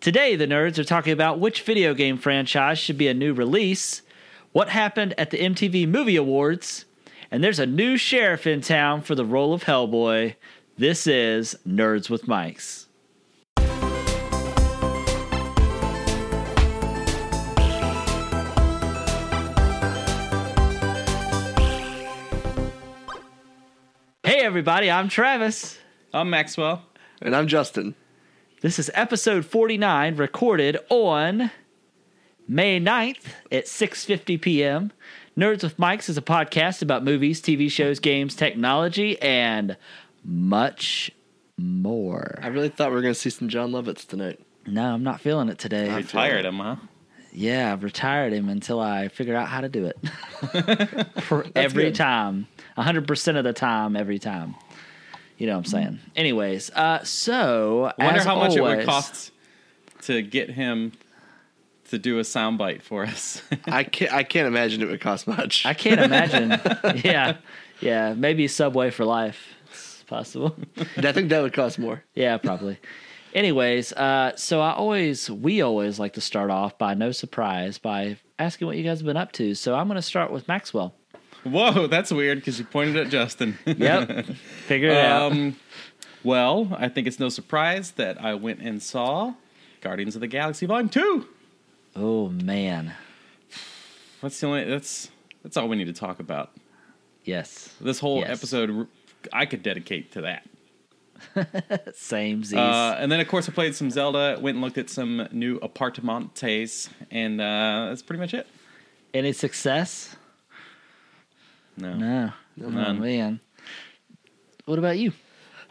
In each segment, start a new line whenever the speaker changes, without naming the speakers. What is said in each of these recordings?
Today, the nerds are talking about which video game franchise should be a new release, what happened at the MTV Movie Awards, and there's a new sheriff in town for the role of Hellboy. This is Nerds with Mics. Hey, everybody, I'm Travis.
I'm Maxwell.
And I'm Justin.
This is episode 49 recorded on May 9th at 6:50 p.m. Nerds with Mics is a podcast about movies, TV shows, games, technology and much more.
I really thought we were going to see some John Lovitz tonight.
No, I'm not feeling it today.
You tired him, huh?
Yeah, I've retired him until I figure out how to do it. For every
good.
time. 100% of the time, every time. You know what I'm saying? Anyways, uh, so.
Wonder
as
how much it would
always-
cost to get him to do a soundbite for us.
I can't, I can't imagine it would cost much.
I can't imagine. yeah. Yeah. Maybe Subway for life. It's possible.
I think that would cost more.
Yeah, probably. Anyways, uh, so I always, we always like to start off by no surprise by asking what you guys have been up to. So I'm going to start with Maxwell.
Whoa, that's weird because you pointed at Justin.
Yep. Figure it out.
um, well, I think it's no surprise that I went and saw Guardians of the Galaxy Volume Two.
Oh, man.
That's the only. That's that's all we need to talk about.
Yes.
This whole
Yes.
episode, I could dedicate to that.
Same Z's.
Uh, and then, of course, I played some Zelda. Went and looked at some new apartmentes, and uh, that's pretty much it.
Any success?
No.
No. Oh,
None.
man. What about you?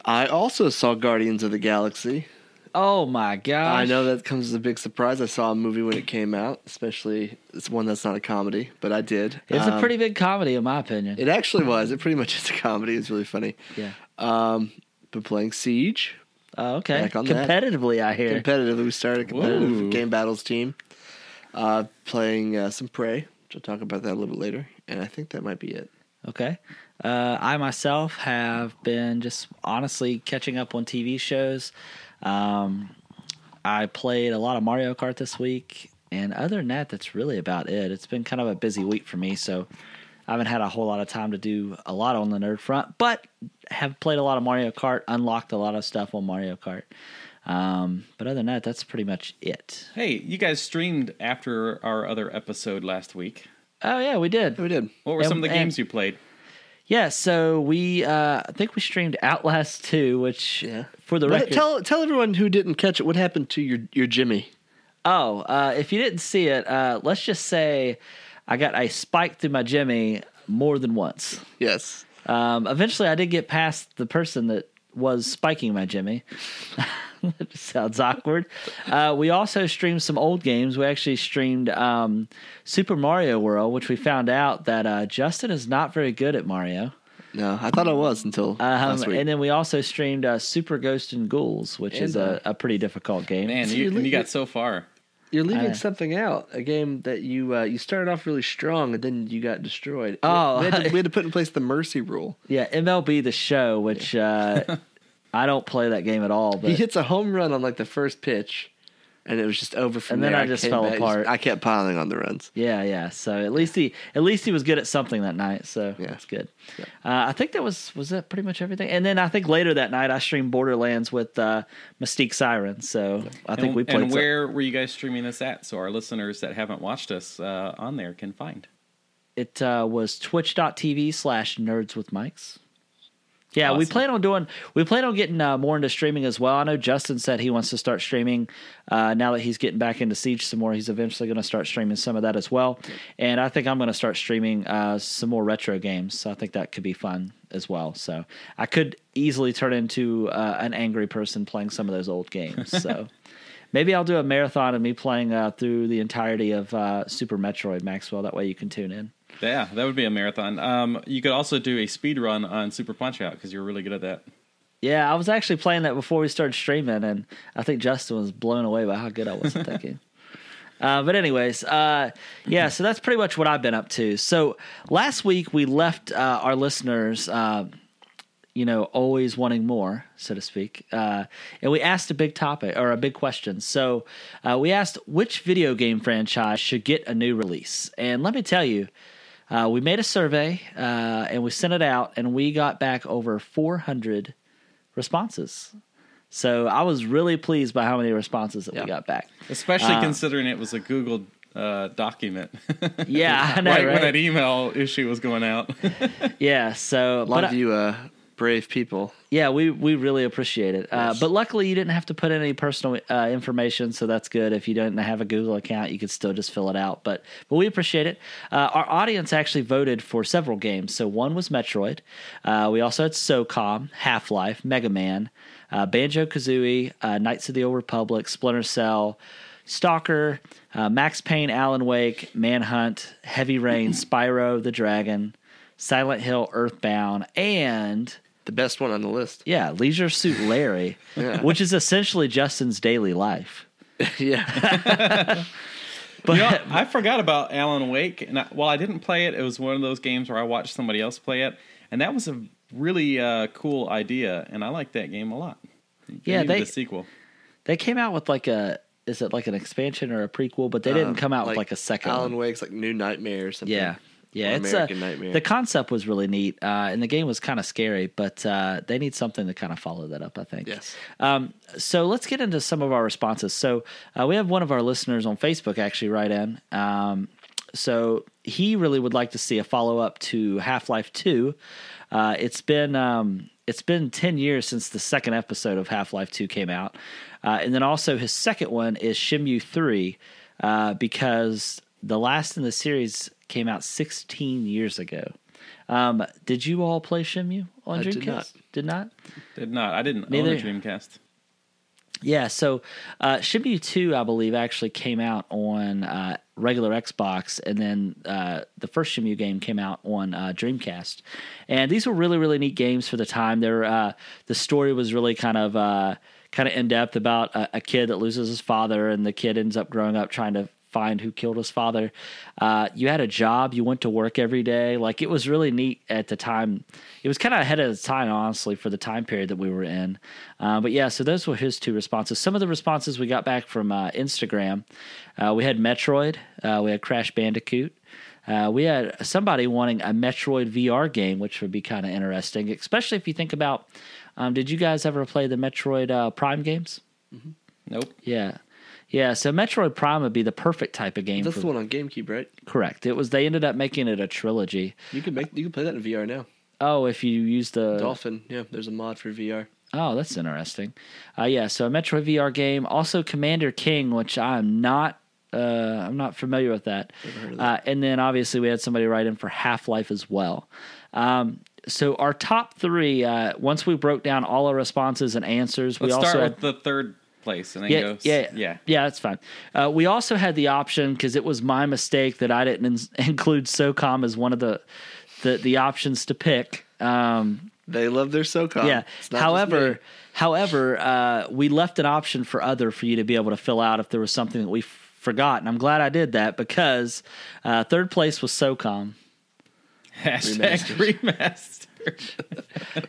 I also saw Guardians of the Galaxy.
Oh, my gosh.
I know that comes as a big surprise. I saw a movie when it came out, especially it's one that's not a comedy, but I did.
It's a
Um,
pretty big comedy, in my opinion.
It actually was. It pretty much is a comedy. It's really funny.
yeah.
Um, been playing Siege
Oh, okay.
Back on that.
Competitively, I hear.
competitively. We started a competitive
Ooh.
game battles team. Uh, playing uh, some Prey, which I'll talk about that a little bit later. And I think that might be it.
okay. Uh, I myself have been just honestly catching up on TV shows. Um, I played a lot of Mario Kart this week, and other than that, that's really about it. It's been kind of a busy week for me, so I haven't had a whole lot of time to do a lot on the nerd front, but have played a lot of Mario Kart, unlocked a lot of stuff on Mario Kart. Um, but other than that, that's pretty much it.
Hey, you guys streamed after our other episode last week.
Oh yeah, we did.
We did.
What were some of the
And-
games you played?
Yeah, so we uh, I think we streamed Outlast 2, which
Yeah.
for the
But
record.
tell tell everyone who didn't catch it what happened to your your Jimmy.
oh, uh, if you didn't see it, uh, let's just say I got a spike through my Jimmy more than once.
Yes,
Um, eventually, I did get past the person that was spiking my Jimmy. That Sounds awkward. Uh, we also streamed some old games. We actually streamed um, Super Mario World, which we found out that uh, Justin is not very good at Mario.
no, I thought I was until last
Um,
week.
and then we also streamed uh, Super Ghost and Ghouls, which is
And, uh,
a, a pretty difficult game.
Man,
So
you,
you-
you got so far.
You're leaving
I-
something out. A game that you uh, you started off really strong and then you got destroyed.
Oh,
we had, to, we had to put in place the mercy rule.
Yeah, MLB the Show, which uh, I don't play that game at all. But
he hits a home run on like the first pitch, and it was just over from
And
there.
then I just
came
fell
back-
apart.
I kept piling on the runs.
yeah, yeah. So at least he at least he was good at something that night. So
Yeah.
that's good. Uh, I think that was was that pretty much everything. And then I think later that night I streamed Borderlands with uh, Mystique Siren. So I think
and,
we played.
And
some-
where were you guys streaming this at? So our listeners that haven't watched us uh, on there can find.
It uh, was twitch.tv slash nerds with mics. Yeah, we
Awesome.
plan on doing, we plan on getting uh, more into streaming as well. I know Justin said he wants to start streaming uh, now that he's getting back into Siege some more. He's eventually going to start streaming some of that as well. And I think I'm going to start streaming uh, some more retro games. So I think that could be fun as well. So I could easily turn into uh, an angry person playing some of those old games. So. Maybe I'll do a marathon of me playing uh, through the entirety of uh, Super Metroid Maxwell. That way you can tune in.
Yeah, that would be a marathon. Um, you could also do a speed run on Super Punch Out because you're really good at that.
Yeah, I was actually playing that before we started streaming, and I think Justin was blown away by how good I was at that game. Uh, but anyways, uh, yeah, so that's pretty much what I've been up to. So last week we left uh, our listeners uh, you know, always wanting more, so to speak. Uh, and we asked a big topic or a big question. So uh, we asked which video game franchise should get a new release. And let me tell you, uh, we made a survey uh, and we sent it out, and we got back over 400 responses. So I was really pleased by how many responses that
Yeah.
we got back. Ah.
especially considering it was a Google uh, document.
Yeah, I know,
right, when
right?
that email issue was going out.
Yeah, so
A lot
but
of you uh, brave people.
Yeah, we we really appreciate it. Uh, but luckily, you didn't have to put in any personal uh, information, so that's good. If you don't have a Google account, you could still just fill it out. But but we appreciate it. Uh, our audience actually voted for several games. So one was Metroid. Uh, we also had SOCOM, Half Life, Mega Man, uh, Banjo Kazooie, uh, Knights of the Old Republic, Splinter Cell. Stalker, uh, Max Payne, Alan Wake, Manhunt, Heavy Rain, Spyro the Dragon, Silent Hill, Earthbound, and
The best one on the list.
yeah, Leisure Suit Larry,
Yeah.
which is essentially Justin's daily life.
yeah.
But
You know, I forgot about Alan Wake, and I, while I didn't play it, it was one of those games where I watched somebody else play it, and that was a really uh, cool idea, and I liked that game a lot. They
Yeah,
needed
they-
a sequel.
they came out with like a is it like an expansion or a prequel? But they didn't come out with like a second.
Um, Uh, Alan
one.
Wake's like New Nightmare or something.
Yeah, yeah.
Or
it's
American
a,
Nightmare.
The concept was really neat, uh, and the game was kind of scary. But uh, they need something to kind of follow that up. I think.
Yes.
Um, so let's get into some of our responses. So uh, we have one of our listeners on Facebook actually write in. Um, so he really would like to see a follow up to Half Life Two. Uh, it's been um, it's been ten years since the second episode of Half Life Two came out, uh, and then also his second one is Shimu Three, uh, because the last in the series came out sixteen years ago. Um, did you all play Shimu on
I
Dreamcast? Did
did not.
not?
Did not. I didn't own
Neither-
a Dreamcast.
Yeah, so uh, Shibu 2, I believe, actually came out on uh, regular Xbox, and then uh, the first Shimu game came out on uh, Dreamcast. And these were really, really neat games for the time. They're, uh, the story was really kind of. Uh, Kind of in depth about a, a kid that loses his father, and the kid ends up growing up trying to find who killed his father. Uh, you had a job, you went to work every day. Like it was really neat at the time. It was kind of ahead of its time, honestly, for the time period that we were in. Uh, but yeah, so those were his two responses. Some of the responses we got back from uh, Instagram uh, we had Metroid, uh, we had Crash Bandicoot. Uh, we had somebody wanting a Metroid VR game, which would be kind of interesting, especially if you think about. Um, did you guys ever play the Metroid uh, Prime games?
Nope.
Yeah. Yeah, so Metroid Prime would be the perfect type of game
That's
for
the one on GameCube, right?
correct. It was they ended up making it a trilogy.
You can make you can play that in VR now.
Oh, if you use the
Dolphin, yeah. There's a mod for VR.
Oh, that's interesting. Uh, yeah, so a Metroid VR game, also Commander King, which I'm not uh, I'm not familiar with that.
heard of
Uh, and then obviously we had somebody write in for Half Life as well. Um, so our top three. Uh, once we broke down all our responses and answers, we
Let's
also
start
had-
with the third place, and then
yeah,
go. s-
yeah,
yeah.
yeah. That's fine. Uh, we also had the option because it was my mistake that I didn't in- include SOCOM as one of the the, the options to pick. Um,
They love their SoCom.
yeah.
Oh, It's not just me.
However, however, uh, we left an option for other for you to be able to fill out if there was something that we f- forgot, and I'm glad I did that because uh, third place was SOCOM.
Hashtag remastered.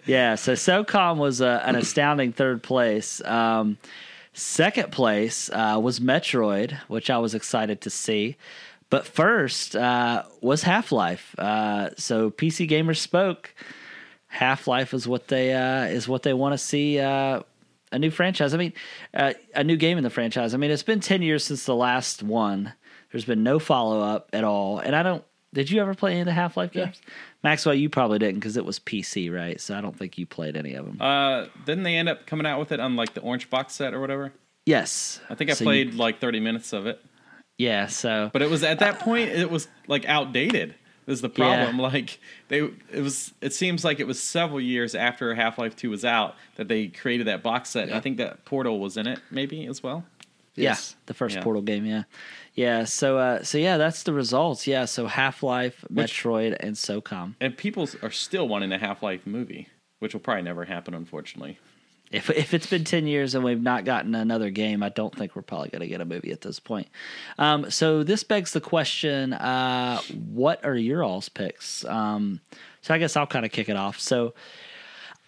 Yeah, so SOCOM was uh an astounding third place. Um, second place uh, was Metroid, which I was excited to see. But first uh, was Half Life. Uh, so PC gamers spoke. Half Life is what they uh, is what they want to see uh, a new franchise. I mean, uh, a new game in the franchise. I mean, it's been ten years since the last one. There's been no follow up at all, and I don't. Did you ever play any of the Half Life games, Maxwell? You probably didn't because it was PC, right? So I don't think you played any of them.
Uh, didn't they end up coming out with it on like the orange box set or whatever?
yes,
I think I
So you-
played like 30 minutes of it.
yeah, so
But it was at that point it was like outdated. Is the problem like they it was it seems like it was several years after Half-Life 2 was out that they created that box set. I think that Portal was in it maybe as well.
Yes.
Yeah, the first
Yeah.
Portal game. Yeah, yeah. So, uh, so yeah, that's the results. Yeah, so Half Life, Metroid, and SOCOM.
And people are still wanting a Half-Life movie, which will probably never happen unfortunately.
If if it's been ten years and we've not gotten another game, I don't think we're probably going to get a movie at this point. Um, so this begs the question: uh, What are your all's picks? Um, so I guess I'll kind of kick it off. So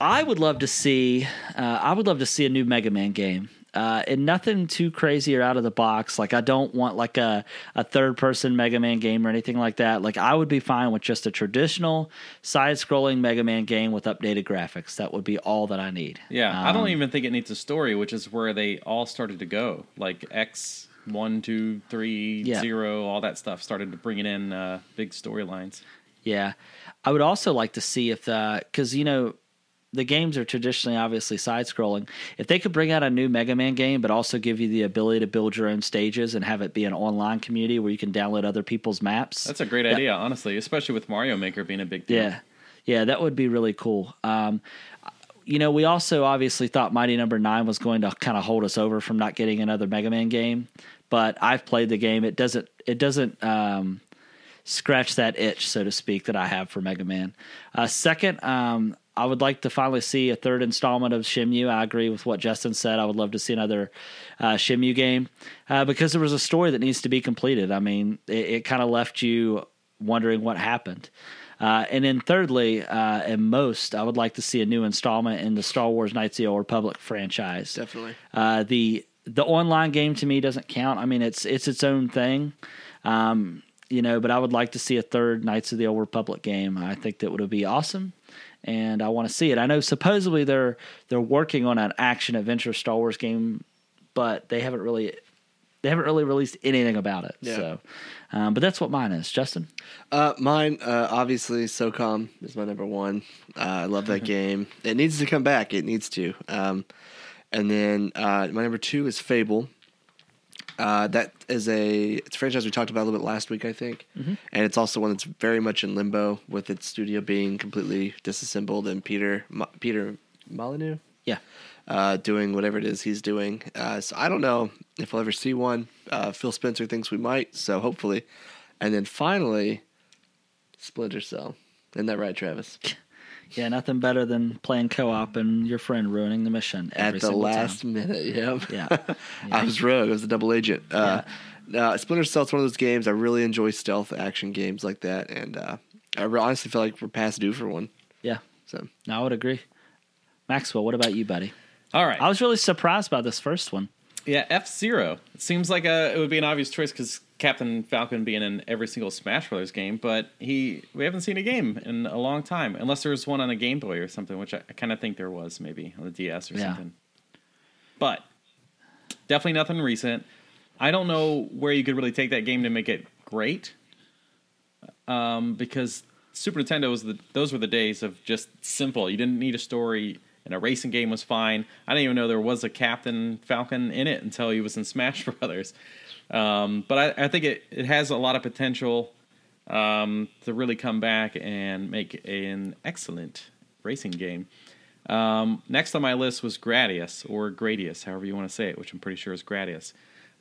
I would love to see. Uh, I would love to see a new Mega Man game, uh, and nothing too crazy or out of the box. Like I don't want like a a third person Mega Man game or anything like that. Like I would be fine with just a traditional side scrolling Mega Man game with updated graphics. That would be all that I need.
Yeah, I
Um.
don't even think it needs a story, which is where they all started to go. Like X one, two, three, zero,
Yeah.
all that stuff started to bringing in uh, big storylines.
Yeah, I would also like to see if because you know the games are traditionally obviously side scrolling. If they could bring out a new Mega Man game, but also give you the ability to build your own stages and have it be an online community where you can download other people's maps.
That's a great idea, honestly, especially with Mario Maker being a big deal.
yeah, yeah, that would be really cool. Um, you know, we also obviously thought Mighty Number Nine was going to kind of hold us over from not getting another Mega Man game, but I've played the game. It doesn't. It doesn't. Um, scratch that itch, so to speak, that I have for Mega Man. Uh, second, um, I would like to finally see a third installment of Shimu. I agree with what Justin said. I would love to see another uh, Shimu game uh, because there was a story that needs to be completed. I mean, it, it kind of left you wondering what happened. Uh, and then, thirdly, uh, and most, I would like to see a new installment in the Star Wars Knights of the Old Republic franchise.
Definitely.
Uh, the the online game to me doesn't count. I mean, it's it's its own thing, um, you know. But I would like to see a third Knights of the Old Republic game. I think that would be awesome, and I want to see it. I know supposedly they're they're working on an action adventure Star Wars game, but they haven't really they haven't really released anything about it.
Yeah.
So, um, but that's what mine is, Justin.
Uh, mine, uh, obviously, SOCOM is my number one. Uh, I love that game. It needs to come back. It needs to. Um, and then uh, my number two is Fable. Uh, that is a it's a franchise we talked about a little bit last week, I think, and it's also one that's very much in limbo with its studio being completely disassembled and Peter Mo- Peter Molyneux
Yeah,
uh, doing whatever it is he's doing. Uh, so I don't know if we'll ever see one. Uh, Phil Spencer thinks we might, so hopefully. And then finally, Splinter Cell. Isn't that right, Travis?
yeah. Nothing better than playing co op and your friend ruining the mission every
At the
single
last
time.
minute, yep.
Yeah.
I was rogue. I was a double agent. Uh, uh, Splinter Cell's one of those games I really enjoy stealth action games like that, and uh, I re- honestly feel like we're past due for one.
Yeah.
So
No, I would agree. Maxwell, what about you, buddy?
All right.
I was really surprised by this first one.
Yeah, F Zero. It seems like a it would be an obvious choice because Captain Falcon being in every single Smash Brothers game, but he we haven't seen a game in a long time, unless there was one on a Game Boy or something, which I, I kind of think there was maybe on the DS or
Yeah.
something. But definitely nothing recent. I don't know where you could really take that game to make it great, um, because Super Nintendo was the those were the days of just simple. You didn't need a story, and a racing game was fine. I didn't even know there was a Captain Falcon in it until he was in Smash Brothers. Um, but I, I think it, it has a lot of potential um, to really come back and make an excellent racing game. Um, next on my list was Gradius or Gradius, however you want to say it, which I'm pretty sure is Gradius.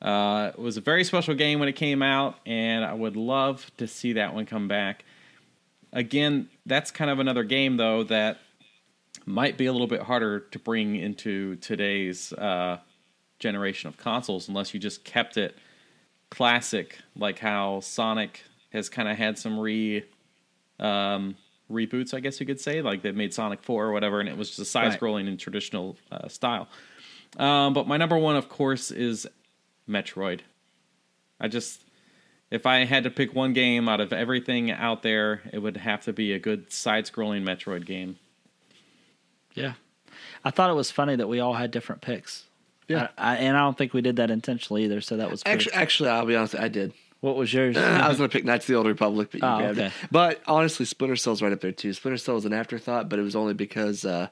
Uh, it was a very special game when it came out, and I would love to see that one come back. Again, that's kind of another game though that might be a little bit harder to bring into today's uh, generation of consoles unless you just kept it classic, like how Sonic has kind of had some re um, reboots, I guess you could say, like they made Sonic Four or whatever, and it was just side scrolling in traditional uh, style. Um, but my number one, of course, is Metroid. I just, if I had to pick one game out of everything out there, it would have to be a good side-scrolling Metroid game.
Yeah. I thought it was funny that we all had different picks.
Yeah.
I, I, and I don't think we did that intentionally either. So that was pretty,
actually, uh, actually, I'll be honest. I did.
what was yours?
I was gonna pick Knights of the Old Republic, but you
Oh,
grabbed
okay.
it. But honestly, Splinter Cell's right up there too. Splinter Cell was an afterthought, but it was only because uh,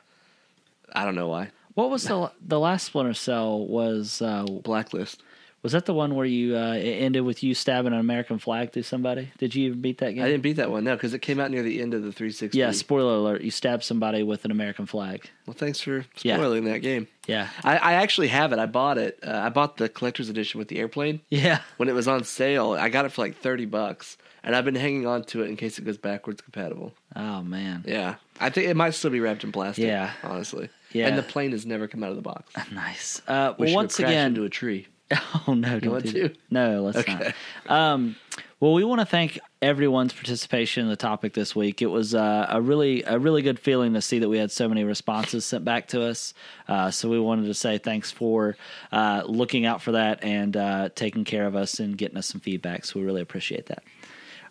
I don't know why.
what was the the last Splinter Cell was uh,
Blacklist.
was that the one where you uh, it ended with you stabbing an American flag through somebody? Did you even beat that game?
I didn't beat that one, no, because it came out near the end of the 360.
Yeah, spoiler alert, you stabbed somebody with an American flag.
Well, thanks for
Yeah.
spoiling that game.
Yeah.
I, I actually have it. I bought it. Uh, I bought the collector's edition with the airplane
Yeah.
when it was on sale. I got it for like 30 bucks, and I've been hanging on to it in case it goes backwards compatible.
Oh man.
Yeah, I think it might still be wrapped in plastic.
Yeah.
honestly.
Yeah.
and the plane has never come out of the box.
Nice. Uh, well,
We should
once
crash
again
into a tree.
Oh no! Don't
want
do that.
to?
No, let's
Okay.
not. Um, Well, we want to thank everyone's participation in the topic this week. It was uh, a really a really good feeling to see that we had so many responses sent back to us. Uh, so we wanted to say thanks for uh, looking out for that and uh, taking care of us and getting us some feedback. So we really appreciate that.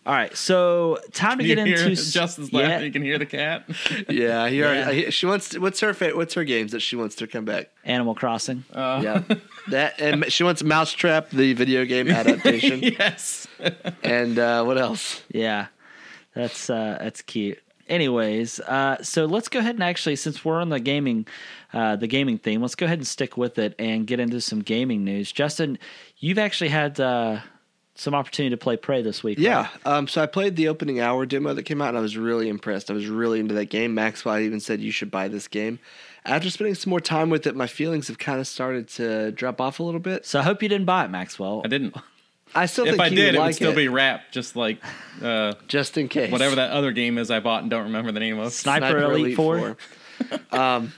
All right, so time to
You
get
hear
into s-
Justin's
yeah.
laughing. You can hear the cat.
Yeah, he already,
Yeah.
he- she wants. What's her fa- What's her games that she wants to come back?
Animal Crossing.
Uh,
yeah, that and she wants Mousetrap, the video game adaptation,
yes.
and uh, what else?
Yeah, that's uh, that's cute. Anyways, uh, so let's go ahead and actually, since we're on the gaming, uh, the gaming theme, let's go ahead and stick with it and get into some gaming news. Justin, you've actually had uh, some opportunity to play Prey this week.
Yeah.
right?
Um, so I played the opening hour demo that came out, and I was really impressed. I was really into that game. Maxwell even said you should buy this game. After spending some more time with it, my feelings have kind of started to drop off a little bit.
So I hope you didn't buy it, Maxwell.
I didn't.
I still
If
think
I
you
did,
would
it
like
would still
it,
be wrapped, just like uh,
just in case.
whatever that other game is I bought and don't remember the name of.
Sniper Elite Four.
um,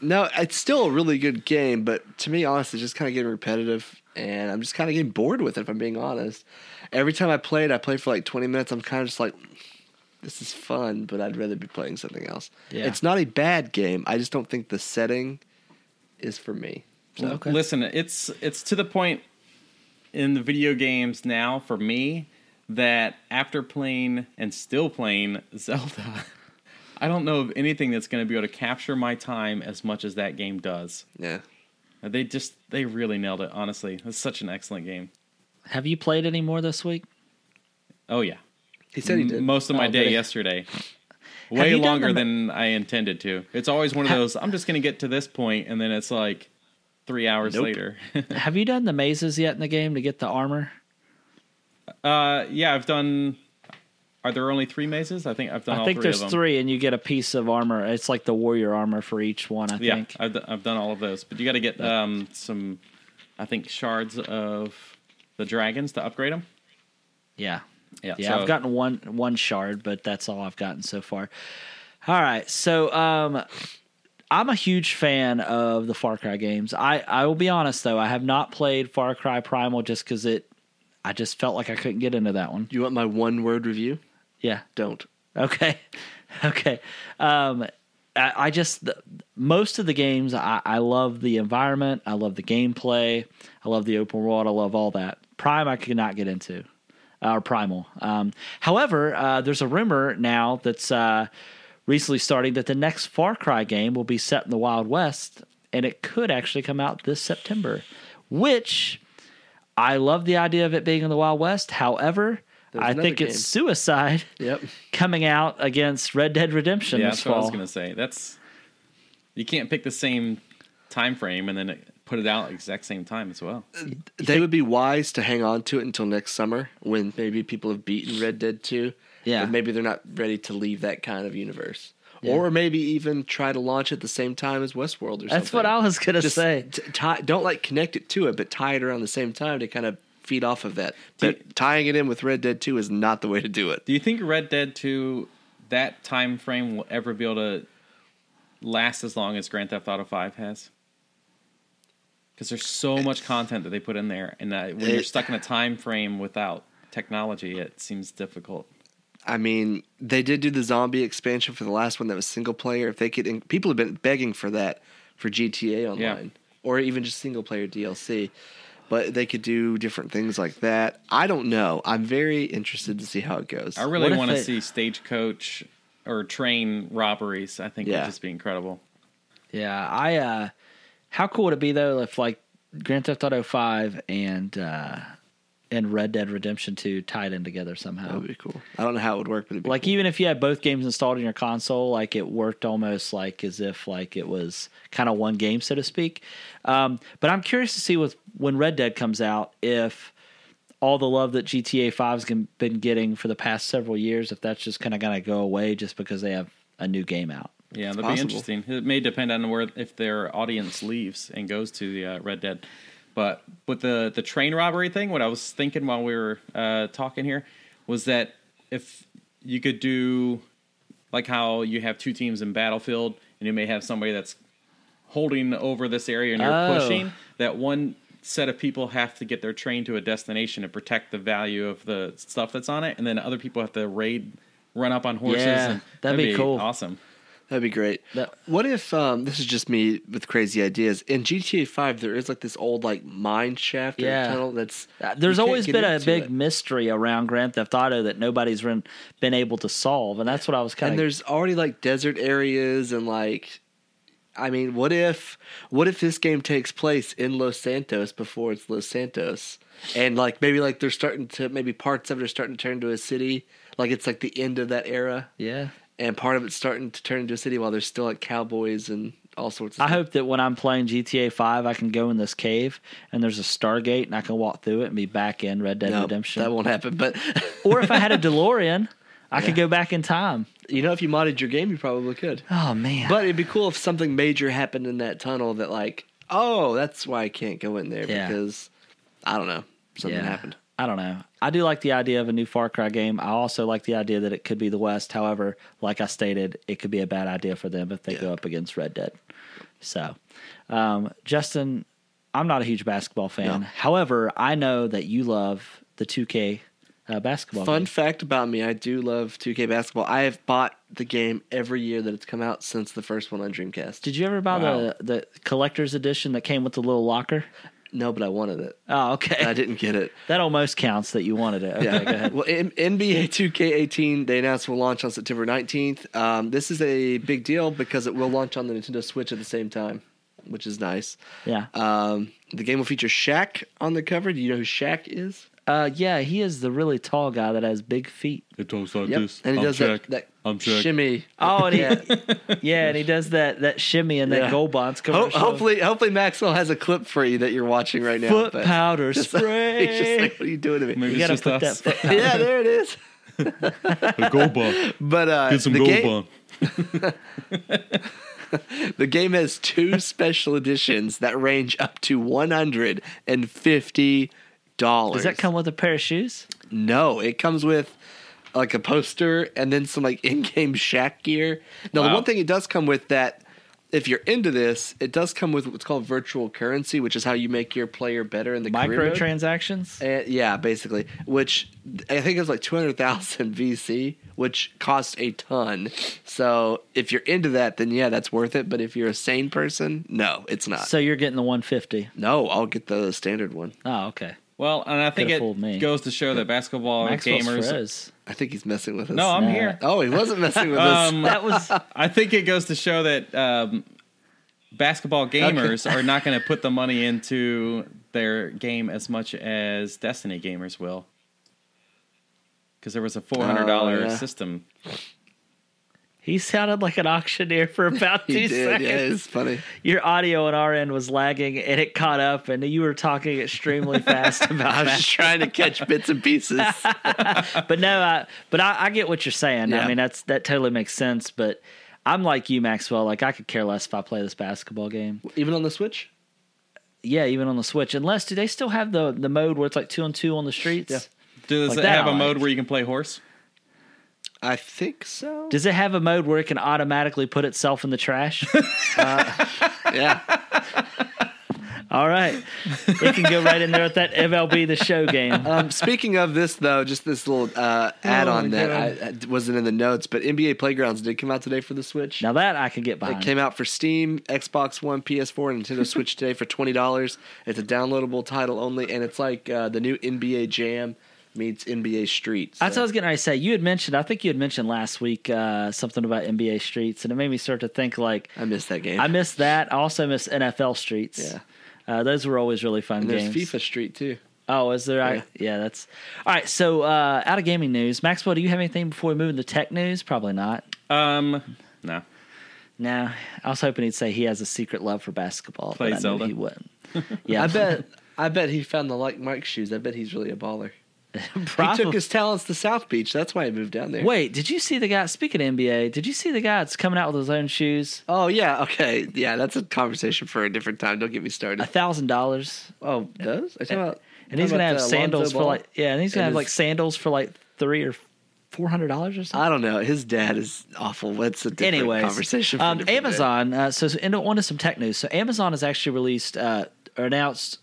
no, it's still a really good game, but to me, honestly, it's just kind of getting repetitive, and I'm just kind of getting bored with it. If I'm being honest, every time I play it, I play for like 20 minutes. I'm kind of just like, this is fun, but I'd rather be playing something else.
Yeah.
It's not a bad game. I just don't think the setting is for me. So,
Okay.
Listen, it's it's to the point in the video games now for me that after playing and still playing Zelda, I don't know of anything that's going to be able to capture my time as much as that game does.
yeah.
They just they really nailed it. Honestly, it's such an excellent game.
Have you played any more this week?
Oh yeah,
He said he did.
most of my
Oh, did
day
he?
yesterday.
you
Way
done
longer
the-
than I intended to. It's always one of
Ha-
those. I'm just going to get to this point, and then it's like three hours
Nope.
later.
Have you done the mazes yet in the game to get the armor?
Uh, yeah, I've done. Are there only three mazes? I think I've done.
I
all
think
three
there's
of them.
three, and you get a piece of armor. It's like the warrior armor for each one. I
Yeah,
think.
I've, d- I've done all of those, but you got to get um some, I think shards of the dragons to upgrade them.
Yeah.
Yeah,
Yeah,
so-
I've gotten one one shard, but that's all I've gotten so far. All right, so um, I'm a huge fan of the Far Cry games. I I will be honest though, I have not played Far Cry Primal just because it. I just felt like I couldn't get into that one.
You want my one word review?
Yeah.
Don't.
Okay. Okay. Um, I, I just the, most of the games I, I love the environment. I love the gameplay. I love the open world. I love all that. Prime I could not get into, uh, or Primal. Um, however, uh, there's a rumor now that's uh, recently starting that the next Far Cry game will be set in the Wild West, and it could actually come out this September, which I love the idea of it being in the Wild West. However,
There's
I
another
think
game.
it's suicide
Yep.
coming out against Red Dead Redemption
yeah,
this
that's what I was
fall.
gonna say. That's you can't pick the same time frame and then it- put it out exact same time as well.
They would be wise to hang on to it until next summer when maybe people have beaten Red Dead 2.
Yeah.
But maybe they're not ready to leave that kind of universe. Or maybe even try to launch at the same time as Westworld or something.
That's what I was gonna
Just
say.
t- tie, don't like connect it to it, but tie it around the same time to kind of feed off of that.
Do-
But tying it in with Red Dead 2 is not the way to do it.
Do you think Red Dead Two that time frame will ever be able to last as long as Grand Theft Auto Five has? Because there's so much content that they put in there, and uh, when you're
It-
stuck in a time frame without technology, it seems difficult.
I mean, they did do the zombie expansion for the last one that was single player. If they could, and people have been begging for that for GTA Online or even just single player DLC, but they could do different things like that. I don't know. I'm very interested to see how it goes.
I
What
really
if
want to
they-
see stagecoach or train robberies. I think
Yeah.
would just be incredible.
Yeah, I. uh How cool would it be though if like Grand Theft Auto Five and uh and Red Dead Redemption Two tied in together
That
somehow?
would be cool. I don't know how it would work, but it'd be
Like
cool.
even if you had both games installed in your console, like it worked almost like as if like it was kind of one game, so to speak. Um, but I'm curious to see with when Red Dead comes out if all the love that GTA 5's gon- been getting for the past several years, if that's just kind of going to go away just because they have a new game out.
Yeah, that'd be
possible.
interesting. It may depend on where if their audience leaves and goes to the uh, Red Dead. But with the the train robbery thing, what I was thinking while we were uh, talking here was that if you could do like how you have two teams in Battlefield, and you may have somebody that's holding over this area and you're
Oh.
pushing that one set of people have to get their train to a destination and protect the value of the stuff that's on it, and then other people have to raid, run up on horses.
Yeah,
and
that'd be cool.
Awesome.
That'd be great.
That-
what if um, this is just me with crazy ideas? In GTA Five, there is like this old like mine shaft or
Yeah.
tunnel that's.
Uh,
you
There's
can't
always
get
been a
into
big
it.
mystery around Grand Theft Auto that nobody's been, been able to solve, and that's what I was kind
and
of.
there's already like desert areas and like, I mean, what if what if this game takes place in Los Santos before it's Los Santos, and like maybe like they're starting to maybe parts of it are starting to turn into a city, like it's like the end of that era,
yeah.
and part of it's starting to turn into a city while there's still like cowboys and all sorts. of
I hope that when I'm playing GTA Five, I can go in this cave and there's a Stargate, and I can walk through it and be back in Red Dead
No,
Redemption.
That won't happen, but.
or if I had a DeLorean, I could go back in time.
You know, if you modded your game, you probably could.
Oh man!
But it'd be cool if something major happened in that tunnel that, like, oh, that's why I can't go in there
Yeah.
because I don't know something happened.
I don't know. I do like the idea of a new Far Cry game. I also like the idea that it could be the West. However, like I stated, it could be a bad idea for them if they go up against Red Dead. So, um, Justin, I'm not a huge basketball fan.
No.
However, I know that you love the 2K uh, basketball.
Fun
game.
fact about me: I do love 2K basketball. I have bought the game every year that it's come out since the first one on Dreamcast.
Did you ever buy
Wow.
the the collector's edition that came with the little locker?
No, but I wanted it.
Oh, okay.
I didn't get it.
That almost counts that you wanted it. Okay,
Yeah.
go ahead.
Well, M- NBA 2K18 they announced will launch on September 19th. Um, this is a big deal because it will launch on the Nintendo Switch at the same time, which is nice.
Yeah.
Um, the game will feature Shaq on the cover. Do you know who Shaq is?
Uh, yeah, he is the really tall guy that has big feet.
It talks like
And he does that, that shimmy.
Oh, and he,
Yeah.
yeah, and he does that that shimmy and that
Yeah.
gold bonds
Ho-
commercial.
hopefully, hopefully Maxwell has a clip for you that you're watching right now.
foot
but-
powder
It's like-
spray.
It's just like, what are you doing to me?
Maybe
you
it's
gotta
just
put that.
us.
Foot,
yeah, there it is.
a gold bar.
But uh,
Get some
the,
gold
game,
bar.
the game has two special editions that range up to one hundred and fifty dollars.
does that come with a pair of shoes?
No, it comes with like a poster and then some like in-game Shaq gear. Now, the
Wow.
one thing it does come with that, if you're into this, it does come with what's called virtual currency, which is how you make your player better in the career mode.
Microtransactions.
And- yeah, basically, which I think is like two hundred thousand VC, which costs a ton. So if you're into that, then yeah, that's worth it. But if you're a sane person, no, it's not.
So you're getting the 150.
no, I'll get the standard one.
Oh, okay.
Well, and I think
Coulda fooled me.
it goes to show that basketball
Maxwell's
gamers.
froze.
I think he's messing with us.
No, I'm
Nah.
here.
Oh, he wasn't messing with us.
Um,
That was
I think it goes to show that um, basketball gamers are not going to put the money into their game as much as Destiny gamers will, because there was a four hundred dollar
Oh, yeah.
system.
he sounded like an auctioneer for about two
He did.
seconds.
Yeah, it's funny.
Your audio on our end was lagging and it caught up, and you were talking extremely fast about
I was just trying to catch bits and pieces.
but no, I, but I, I get what you're saying. I
Yeah.
mean, that's that totally makes sense. But I'm like you, Maxwell. Like I could care less if I play this basketball game.
Even on the Switch?
Yeah, even on the Switch. Unless do they still have the the mode where it's like two on two on the streets?
Yeah.
Does
Like
it
that
have
I
a mode
like.
where you can play horse?
I think so.
Does it have a mode where it can automatically put itself in the trash?
yeah.
All right, it can go right in there with that MLB the Show game.
Um, speaking of this, though, just this little uh, add on
my
that I, I wasn't in the notes, but NBA Playgrounds did come out today for the Switch.
Now that I can get
It
behind.
came out for Steam, Xbox One, PS4, and Nintendo Switch today for twenty dollars. It's a downloadable title only, and it's like uh, the new NBA Jam meets NBA Street.
That's what
so-
I was getting ready to say. You had mentioned, I think you had mentioned last week uh, something about NBA streets, and it made me start to think like,
I missed that game.
I miss that. I also miss NFL Streets.
Yeah.
Uh, those were always really fun
and there's
games.
FIFA Street too.
Oh, is there? Yeah,
Yeah.
yeah that's all right. So, uh, out of gaming news, Maxwell, do you have anything before we move into tech news? Probably not.
Um, no.
No, I was hoping he'd say he has a secret love for basketball.
Play
but I knew
Zelda.
he wouldn't. Yeah,
I bet. I bet he found the like Mike shoes. I bet he's really a baller.
Probably.
He took his talents to South Beach. That's why he moved down there.
Wait, did you see the guy? Speaking of NBA, did you see the guy that's coming out with his own shoes?
Oh yeah. Okay. Yeah. That's a conversation for a different time. Don't get me
A
started.
thousand dollars,
Oh, those. Are you talking about?
and he's
talking
gonna have
about the
sandals
Lonzo
for
Ball?
like yeah, and he's gonna
And
have like
his-
sandals for like three or four hundred dollars or something.
I don't know. His dad is awful. That's a different
Anyways,
conversation. For a
um,
different day.
Amazon. Uh, so, so into, on to some tech news. So Amazon has actually released uh, or announced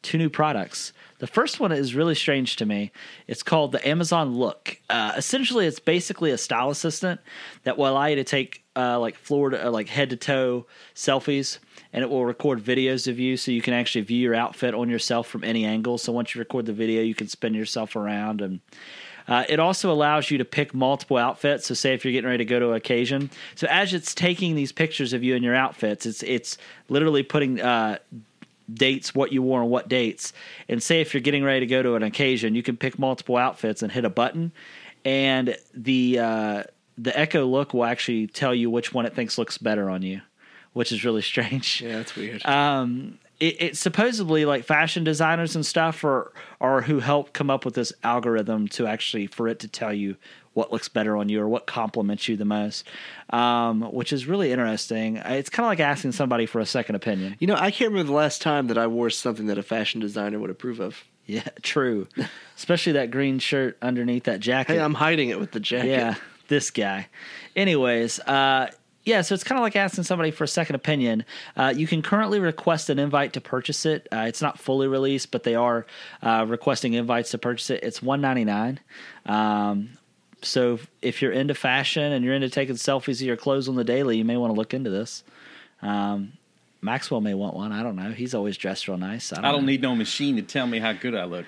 two new products. The first one is really strange to me. It's called the Amazon Look. Uh, essentially, it's basically a style assistant that will allow you to take uh, like floor to, uh, like head to toe selfies, and it will record videos of you, so you can actually view your outfit on yourself from any angle. So once you record the video, you can spin yourself around and. Uh, it also allows you to pick multiple outfits. So, say if you're getting ready to go to an occasion, so as it's taking these pictures of you and your outfits, it's it's literally putting uh, dates, what you wore on what dates, and say if you're getting ready to go to an occasion, you can pick multiple outfits and hit a button, and the uh, the Echo look will actually tell you which one it thinks looks better on you, which is really strange.
Yeah, that's weird.
Um, it, it's supposedly like fashion designers and stuff are are who help come up with this algorithm to actually for it to tell you what looks better on you or what compliments you the most, um, which is really interesting. It's kind of like asking somebody for a second opinion.
you know, I can't remember the last time that I wore something that a fashion designer would approve of.
Yeah, true. Especially that green shirt underneath that jacket.
Hey, I'm hiding it with the jacket.
yeah, this guy. Anyways, uh, yeah, so it's kind of like asking somebody for a second opinion. Uh, you can currently request an invite to purchase it. Uh, it's not fully released, but they are uh, requesting invites to purchase it. It's one ninety nine. Um, so if you're into fashion and you're into taking selfies of your clothes on the daily, you may want to look into this. Um, Maxwell may want one. I don't know. He's always dressed real nice. I don't,
I don't
know.
need no machine to tell me how good I look.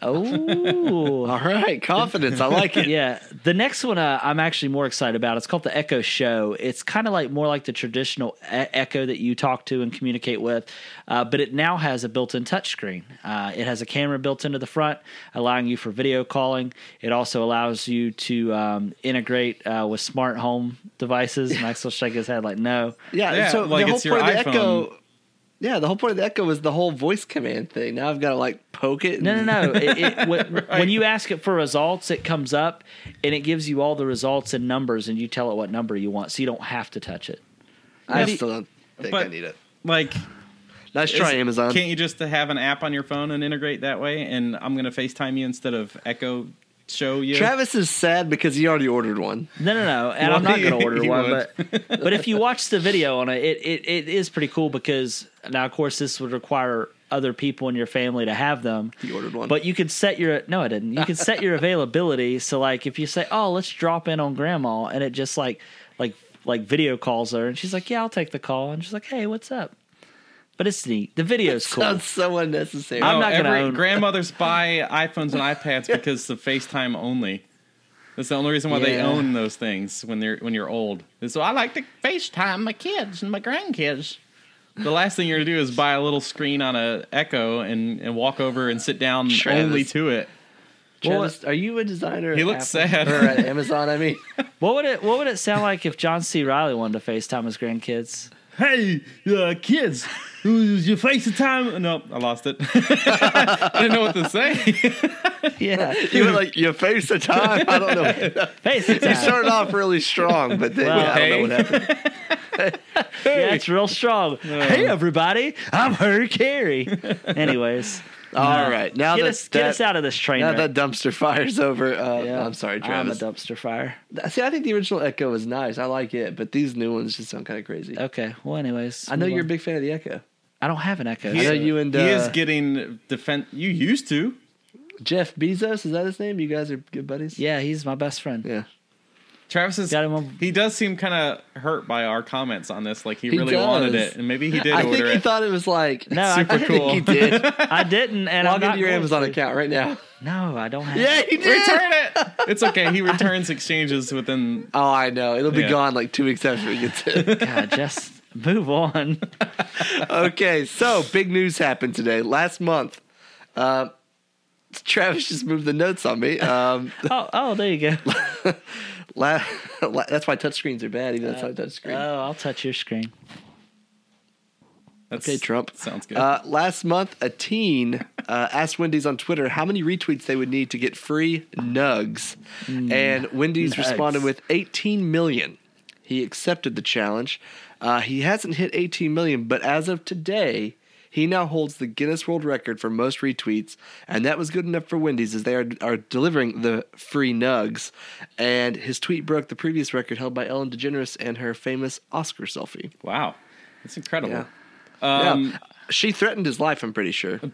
Oh,
All right, confidence. I like it.
yeah. The next one uh, I'm actually more excited about. It's called the Echo Show. It's kind of like more like the traditional e- Echo that you talk to and communicate with, uh, but it now has a built-in touchscreen. Uh, it has a camera built into the front, allowing you for video calling. It also allows you to um, integrate uh, with smart home devices. Maxwell shake his head like no.
Yeah,
Yeah,
so
like,
the whole
it's your
point of the
iPhone.
Echo. Yeah, the whole point of the Echo was the whole voice command thing. Now I've got to like poke it.
No,
and-
no, no. It, it, when, when you ask it for results, it comes up and it gives you all the results and numbers, and you tell it what number you want, so you don't have to touch it.
I
Yeah.
still don't think
But-
I need it.
Like,
Nice try,
is-
Amazon.
Can't you just have an app on your phone and integrate that way? And I'm gonna FaceTime you instead of Echo show you.
Travis is sad because he already ordered one.
No, no, no. And
Well,
I'm not going to
he-
order
he
one,
would.
but but if you watch the video on it, it, it, it is pretty cool because now, of course, this would require other people in your family to have them.
You ordered one.
But you could set your no, I didn't. You could set your availability. So like, if you say, "Oh, let's drop in on Grandma," and it just like like like video calls her, and she's like, "Yeah, I'll take the call," and she's like, "Hey, what's up?" But it's neat. The video's cool.
Sounds so unnecessary.
I'm
No,
not gonna
every-
own-
grandmothers buy iPhones and iPads because of FaceTime only. That's the only reason why they
Yeah.
own those things when they're when you're old. And so I like to FaceTime my kids and my grandkids. The last thing you're gonna do is buy a little screen on a Echo and, and walk over and sit down
Travis.
only to it.
Travis, are you a designer?
He
at
looks
Apple?
sad.
Or at Amazon, I mean.
What would it What would it sound like if John C. Riley wanted to FaceTime his grandkids?
Hey, uh, kids, you FaceTime? No, I lost it. I didn't know what to say.
Yeah,
You were like, your face the time. I don't know. You
FaceTime.
started off really strong, but then
Well,
I don't know what
hey.
happened.
Yeah, it's real strong. Hey, everybody, I'm Her Carey. Anyways,
All right. Now
get
that,
us get
that-
us out of this train.
Now
wreck.
that dumpster fire's over, uh,
Yeah.
I'm sorry,
I'm a
Travis.
dumpster fire.
See, I think the original Echo was nice. I like it, but these new ones just sound kind of crazy.
Okay. Well, anyways,
I know
move
you're a
on.
big fan of the Echo.
I don't have an echo.
I know
so-
you and uh,
he is getting defense. You used to.
Jeff Bezos. Is that his name? You guys are good buddies.
yeah, he's my best friend.
yeah.
Travis is.
Got him on-
He does seem kind of hurt by our comments on this. Like he,
He
really
does.
wanted it, and maybe he did
I think
order
he
it.
thought it was like
No, I-
Super
I
I
didn't-
cool.
think he did.
I didn't, and I'm
Log
not
into your
going
Amazon
to.
account right now.
No, I don't have.
Yeah, he did.
Return it. It's okay. He returns exchanges within.
Oh, I know. It'll be
Yeah.
gone like two weeks after he gets it.
God, just move on.
okay, so big news happened today. Last month, uh, Travis just moved the notes on me. Um,
Oh, oh, there you go.
la- la- that's why touchscreens are bad, even though it's not a touchscreen.
Oh, I'll touch your screen.
That's,
Okay, Trump.
Sounds good.
Uh, last month, a teen uh, asked Wendy's on Twitter how many retweets they would need to get free nugs, and Wendy's
Nugs.
responded with 18 million. He accepted the challenge. Uh, he hasn't hit 18 million, but as of today, he now holds the Guinness World Record for most retweets, and that was good enough for Wendy's as they are, are delivering the free nugs. And his tweet broke the previous record held by Ellen DeGeneres and her famous Oscar selfie.
wow, that's incredible.
Yeah.
Um,
yeah. She threatened his life. I'm pretty sure. no,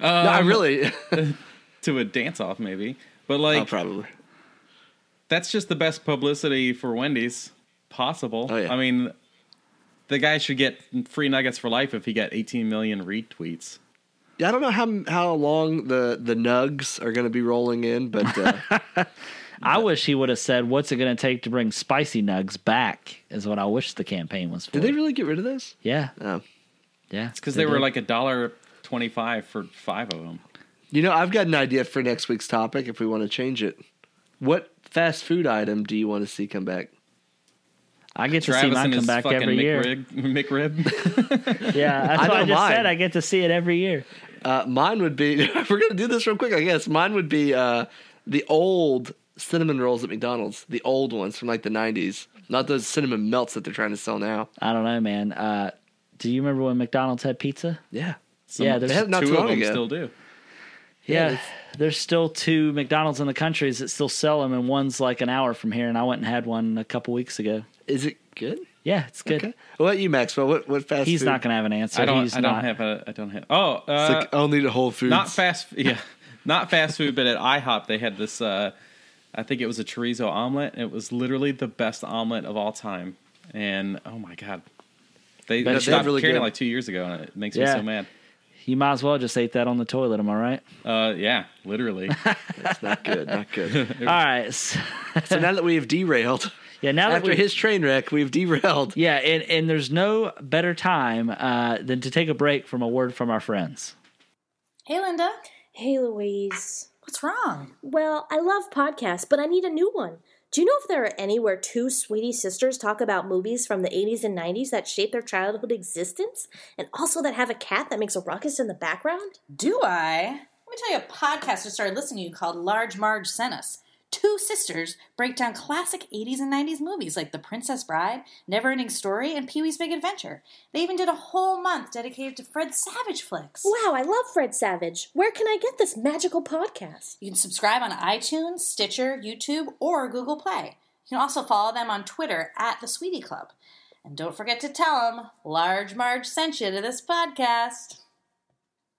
I
Um,
really.
to a dance off maybe. But
oh,
like
probably.
that's just the best publicity for Wendy's possible.
Oh, yeah.
I mean, the guy should get free nuggets for life if he got 18 million retweets.
Yeah, I don't know how how long the the nugs are going to be rolling in, but uh,
I wish he would have said, "What's it going to take to bring spicy nugs back?" Is what I wish the campaign was for.
did they really get rid of those?
Yeah,
Oh.
yeah.
Because they were like a dollar twenty-five for five of them.
You know, I've got an idea for next week's topic if we want to change it. What fast food item do you want to see come back?
I get to see
Travis
mine
and
come
his
back
fucking
every year.
McRib. McRib.
Yeah, that's
I
what I
don't
just
mind.
said. I get to see it every year.
Uh, mine would be. we're gonna do this real quick, I guess. Mine would be uh, the old cinnamon rolls at McDonald's, the old ones from like the '90s, not those cinnamon melts that they're trying to sell now.
I don't know, man. Uh, do you remember when McDonald's had pizza?
Yeah,
Some-
Yeah, there's- They
had not too
two of
long
them
ago.
still do.
Yeah,
it's-
there's still two McDonald's in the countries that still sell them, and one's like an hour from here. And I went and had one a couple weeks ago.
is it good?
Yeah, it's good.
Okay. What about you, Maxwell? What what fast?
He's
food?
not going to have an answer.
I don't.
He's
I
not.
don't have a. I don't have. Oh,
It's
uh,
like only the Whole Foods.
not fast. Yeah, not fast food. But at IHOP, they had this. Uh, I think it was a chorizo omelet. It was literally the best omelet of all time. And oh my god, they,
But
they
it's
stopped
really
carrying
good.
it like two years ago, and it makes
Yeah.
me so mad.
You might as well just eat that on the toilet. Am I right?
Uh, yeah, literally.
It's not good. Not good.
All right. so-
so now that we have derailed,
yeah. Now that
after
we,
his train wreck, we've derailed.
yeah, and and there's no better time uh, than to take a break from a word from our friends.
Hey, Linda.
Hey, Louise.
What's wrong?
Well, I love podcasts, but I need a new one. Do you know if there are any where two sweetie sisters talk about movies from the 80s and 90s that shaped their childhood existence, and also that have a cat that makes a ruckus in the background?
Do I? Let me tell you a podcast I started listening to called Large Marge Sent Us. Two sisters break down classic 80s and 90s movies like The Princess Bride, Neverending Story, and Pee Wee's Big Adventure. They even did a whole month dedicated to Fred Savage flicks.
Wow, I love Fred Savage. Where can I get this magical podcast?
You can subscribe on iTunes, Stitcher, YouTube, or Google Play. You can also follow them on Twitter at The Sweetie Club. And don't forget to tell them Large Marge sent you to this podcast.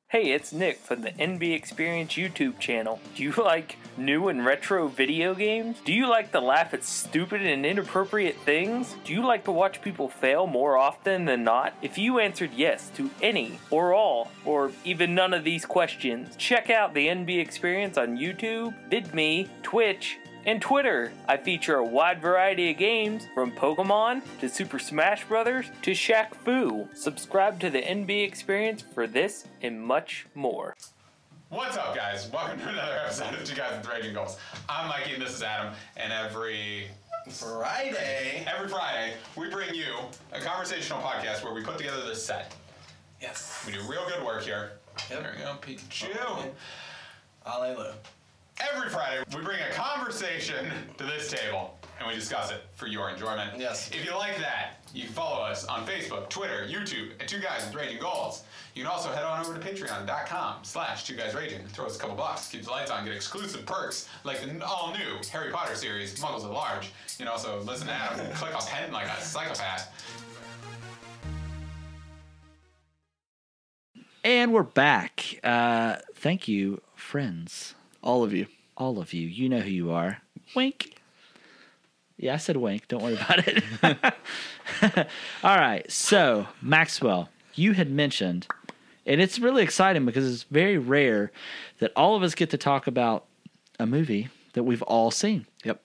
Hey, it's Nick from the NB Experience YouTube channel. Do you like new and retro video games? Do you like to laugh at stupid and inappropriate things? Do you like to watch people fail more often than not? If you answered yes to any or all or even none of these questions, check out the NB Experience on YouTube, VidMe, Twitch, and Twitter. I feature a wide variety of games from Pokemon to Super Smash Bros. to Shaq Fu. Subscribe to the NB Experience for this and much more.
What's up, guys? Welcome to another episode of Two Guys with Raging Goals. I'm Mikey, and this is Adam. And every Friday, every Friday, we bring you a conversational podcast where we put together this set.
Yes.
We do real good work here. There we go, Pikachu.
Hallelujah.
Every Friday, we bring a conversation to this table and we discuss it for your enjoyment.
Yes.
If you like that, you can follow us on Facebook, Twitter, YouTube at Two Guys with Raging Goals. You can also head on over to patreon.com slash Two Guys Raging. Throw us a couple bucks, keep the lights on, get exclusive perks like the all-new Harry Potter series, Muggles at Large. You can also listen to Adam click a pen like a psychopath.
And we're back. Uh, thank you, friends,
All of you.
all of you. You know who you are. Wink. Yeah, I said wink. Don't worry about it. all right. So Maxwell, you had mentioned, and it's really exciting because it's very rare that all of us get to talk about a movie that we've all seen.
Yep.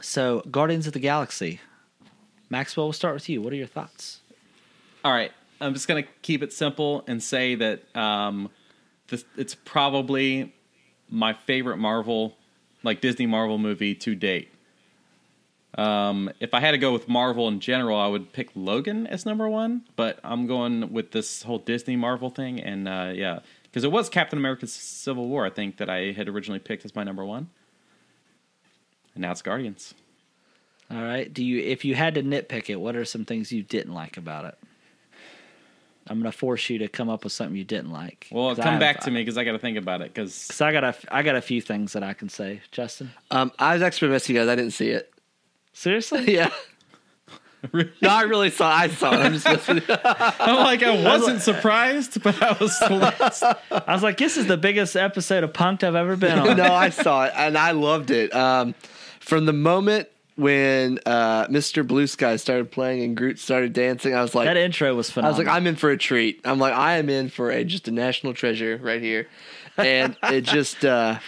So, Guardians of the Galaxy. Maxwell, we'll start with you. What are your thoughts?
All right, I'm just gonna keep it simple and say that um, this, it's probably my favorite Marvel, like Disney Marvel movie to date. Um, if I had to go with Marvel in general, I would pick Logan as number one, but I'm going with this whole Disney Marvel thing, and uh, yeah, because it was Captain America's Civil War, I think, that I had originally picked as my number one, and now it's Guardians.
All right. Do you, if you had to nitpick it, what are some things you didn't like about it? I'm going to force you to come up with something you didn't like.
Well,
'Cause I
come
have-
back to me because I got to think about it. Because
Cause I got a, I got a few things that I can say. Justin,
Um, I was actually messing you guys. I didn't see it.
seriously?
Yeah. No, I really saw. I saw. It. I'm just listening.
I'm like, I wasn't surprised, but I was blessed.
I was like, this is the biggest episode of Punked I've ever been on.
no, I saw it and I loved it. Um, from the moment when uh, Mr. Blue Sky started playing and Groot started dancing, I was like,
That intro was
I was
phenomenal.
like, I'm in for a treat. I'm like, I am in for a just a national treasure right here, and it just uh,